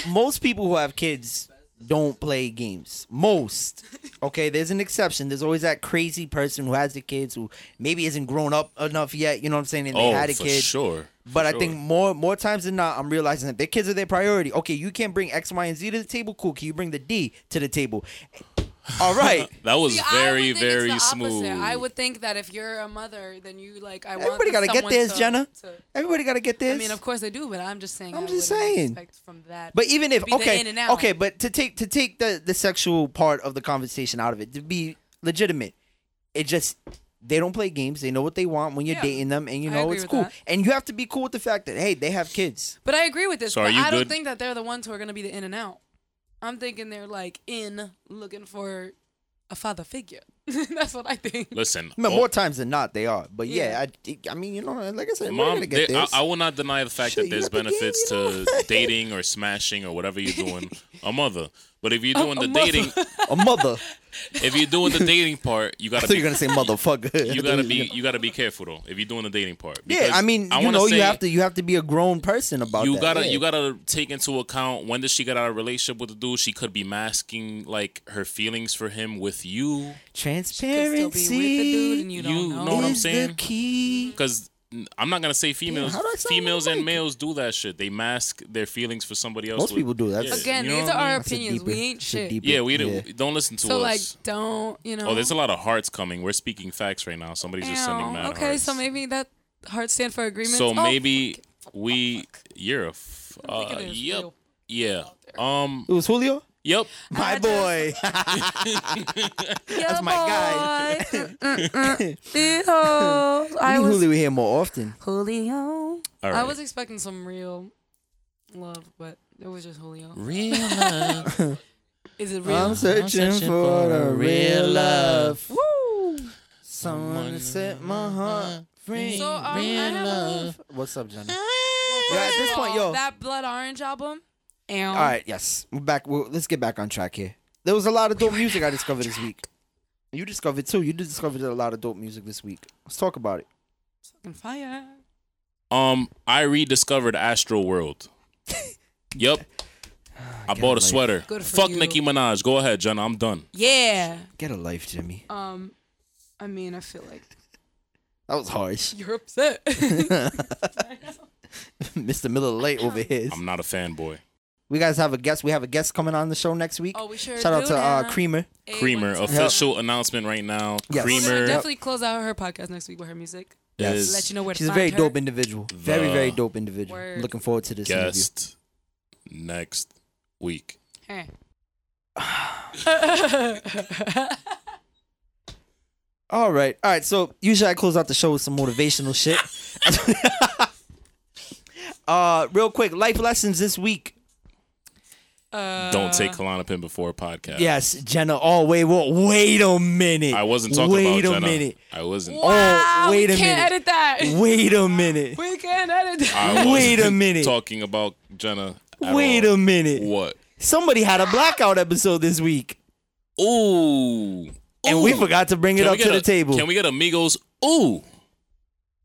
S1: most people who have kids don't play games. Most, okay. There's an exception. There's always that crazy person who has the kids who maybe isn't grown up enough yet. You know what I'm saying? And they
S3: oh,
S1: had a
S3: for
S1: kid.
S3: sure.
S1: But
S3: For
S1: I
S3: sure.
S1: think more more times than not, I'm realizing that their kids are their priority. Okay, you can't bring X, Y, and Z to the table. Cool. Can you bring the D to the table? All
S3: [LAUGHS]
S1: right.
S3: that was
S2: See, I
S3: very,
S2: would think it's
S3: very
S2: the opposite.
S3: smooth.
S2: I would think that if you're a mother, then you like I
S1: Everybody got
S2: want
S1: to get
S2: someone
S1: theirs,
S2: to-
S1: Jenna.
S2: to-
S1: Everybody got to get theirs.
S2: I mean, of course they do, but I'm just saying.
S1: I'm
S2: I
S1: just
S2: wouldn't
S1: saying.
S2: expect from that.
S1: But even if
S2: to be the
S1: okay,
S2: in and out.
S1: okay, but to take to take the the sexual part of the conversation out of it to be legitimate, it just they don't play games. They know what they want when you're
S2: Yeah.
S1: dating them, and you
S2: I
S1: know
S2: agree
S1: it's
S2: with
S1: cool.
S2: that.
S1: And you have to be cool with the fact that hey, they have kids.
S2: But I agree with this.
S3: So are
S2: but
S3: you
S2: I don't
S3: good?
S2: think that they're the ones who are going to be the in and out. I'm thinking they're like in looking for a father figure. [LAUGHS] That's what I think.
S3: Listen, oh,
S1: I mean,
S3: all-
S1: more times than not, they are. But yeah,
S2: Yeah.
S1: I, I mean, you know, like I said, we're
S3: Mom,
S1: gonna get
S3: there- I,
S1: this.
S3: I will not deny the fact
S1: Shit,
S3: that
S1: you
S3: there's
S1: got the game,
S3: benefits
S1: you know? [LAUGHS]
S3: to dating or smashing or whatever you're doing. a mother, but if you're doing
S2: a
S3: the
S2: mother.
S3: dating,
S1: a
S3: [LAUGHS]
S1: mother.
S3: if you're doing the dating part, you
S1: I
S3: gotta
S1: thought
S3: be,
S1: you were gonna say motherfucker.
S3: you gotta be you gotta be careful though. If you're doing the dating part,
S1: [LAUGHS] Yeah,
S3: Because
S1: I mean, you
S3: wanna
S1: know, you
S3: say
S1: have to you have to be a grown person about
S3: You
S1: that.
S3: gotta
S1: yeah.
S3: you gotta take into account when does she get out of a relationship with the dude? She could be masking like her feelings for him with you,
S2: Could still be with the dude and
S1: transparency.
S2: you
S3: You
S2: don't know.
S3: know what I'm
S1: is the
S3: saying?
S1: key.
S3: because. I'm not gonna say females.
S1: how do I sound on
S3: females
S1: the
S3: and
S1: mic?
S3: males do that shit. They mask their feelings for somebody else.
S1: Most
S3: with-
S1: people do. That's-
S3: Yeah,
S2: Again,
S3: you know
S2: these
S3: what
S2: are
S3: I mean?
S2: our
S1: That's a
S2: opinions.
S1: deeper-
S2: we ain't
S1: that's a
S2: shit.
S1: deeper-
S3: Yeah, we
S1: yeah.
S3: don't, don't listen to
S2: So
S3: us.
S2: like, don't you know?
S3: Oh, there's a lot of hearts coming. We're speaking facts right now. Somebody's just sending
S2: Ow.
S3: mad
S2: Okay,
S3: hearts.
S2: so maybe that heart stand for agreement.
S3: So
S2: Oh,
S3: maybe
S2: fuck it.
S3: we you're a f-
S2: I
S3: uh,
S2: think it is
S3: yep
S1: [LAUGHS]
S2: real.
S3: yeah um
S1: It was Julio,
S3: yep
S1: my
S2: just-
S1: boy.
S2: Yeah,
S1: my guy.
S2: boy.
S1: [LAUGHS]
S2: Mm, mm, mm. Hee-haw. I
S1: [LAUGHS] I need
S2: was
S1: Julio here more often.
S2: Julio.
S3: all right
S2: I was expecting some real love, but it was just Julio.
S3: real
S2: [LAUGHS]
S3: love
S2: Is it real?
S1: I'm searching for a real love. Woo! Someone to set my heart free.
S2: So um, I have love.
S1: What's up, Jenna? Yeah, at this point, yo.
S2: That Blood Orange album. Ow.
S1: All right, yes, we're back. We're, let's get back on track here. There was a lot of dope music I discovered this week. You discovered too. You discovered a lot of dope music this week. Let's talk about it.
S2: Fucking fire.
S3: um I rediscovered Astro
S2: [LAUGHS]
S3: World yep I
S1: Get
S3: bought
S1: a
S3: a
S1: life.
S3: sweater
S2: Good for
S3: fuck
S2: you.
S3: Nicki Minaj go ahead Jenna I'm done
S2: Yeah.
S1: Get a life, Jimmy.
S2: Um, I mean, I feel like [LAUGHS]
S1: That was harsh, [LAUGHS]
S2: you're upset. [LAUGHS]
S1: Mr. Miller Late over here.
S3: I'm not a fanboy
S1: We guys have a guest. We have a guest coming on the show next week.
S2: oh, we sure.
S1: Shout out
S2: do
S1: to uh,
S2: now.
S1: Creamer.
S2: A1
S3: Creamer
S2: time.
S3: official announcement right now
S1: Yes.
S2: We're gonna
S3: Creamer
S2: definitely close out her podcast next week with her music.
S1: Yes.
S3: is
S2: Let you know where to
S1: She's a
S2: find
S1: very
S2: her.
S1: dope individual. Very,
S3: The
S1: very dope individual.
S2: word.
S1: Looking forward to this interview.
S3: guest next week
S2: Hey.
S1: All right, all right. So usually I close out the show with some motivational shit. [LAUGHS] uh, real quick, life lessons this week.
S2: Uh,
S3: don't take Klonopin before a podcast
S1: Yes, Jenna. Oh wait, well, wait a minute.
S3: I wasn't talking
S1: wait
S3: about
S1: a
S3: Jenna.
S1: minute.
S3: I wasn't.
S2: Wow,
S1: Oh, wait
S2: we
S1: a
S2: can't
S1: minute.
S2: edit that.
S1: Wait a
S2: [LAUGHS]
S1: minute.
S2: We can't edit that.
S3: I wasn't
S1: Wait a minute.
S3: Talking about Jenna. at
S1: Wait
S3: all.
S1: a minute.
S3: What?
S1: Somebody had a blackout episode this week,
S3: Ooh.
S1: and we forgot to bring it up to the table.
S3: Can we get amigos? Ooh.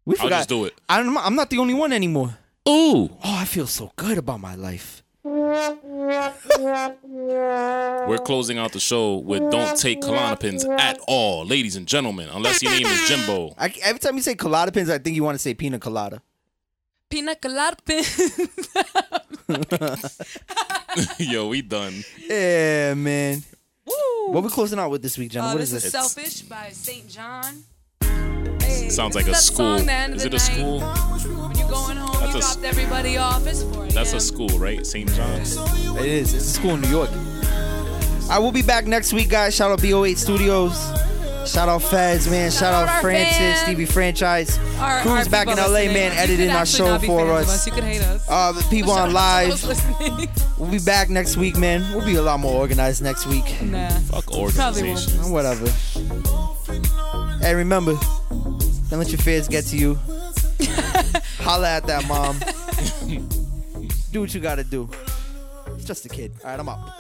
S1: We
S3: I'll
S1: forgot.
S3: just do it.
S1: I'm, I'm not the only one anymore.
S3: Ooh.
S1: Oh, I feel so good about my life.
S3: We're We're closing out the show with "Don't Take Klonopins at all," ladies and gentlemen, unless your name is Jimbo. [LAUGHS]
S1: I, every time you say colada pins, I think you want to say pina colada.
S2: Pina
S1: [LAUGHS]
S2: colada pins.
S3: Yo, we done.
S1: Yeah, man.
S2: Woo.
S1: What we closing out with this week, John?
S2: Uh,
S1: what
S2: this
S1: is this?
S2: is Selfish by St. John. Hey, this
S3: Sounds like a
S2: is that
S3: school.
S2: song the end of
S3: Is
S2: the
S3: it a
S2: night.
S3: school?
S2: When you're going home,
S3: That's
S2: you
S3: a s-
S2: dropped everybody off. It's 4
S3: That's a
S2: a
S3: school, right? St. John's.
S1: It is. It's a school in New York. I will be back next week, guys. Shout out BO8 Studios. Shout out Feds, man. Shout,
S2: Shout out
S1: out
S2: our
S1: Francis,
S2: fans.
S1: Stevie Franchise. Crew's back in LA, man, editing our show for us.
S2: You could hate us.
S1: Uh, the people on live.
S2: [LAUGHS] nah,
S1: We'll be back next week, man. We'll be a lot more organized next week.
S3: Fuck
S2: Probably won't.
S3: organization.
S1: Whatever. And remember, don't let your fears get to you. Holla at that mom. do what you gotta do. Just a kid. All right, I'm out.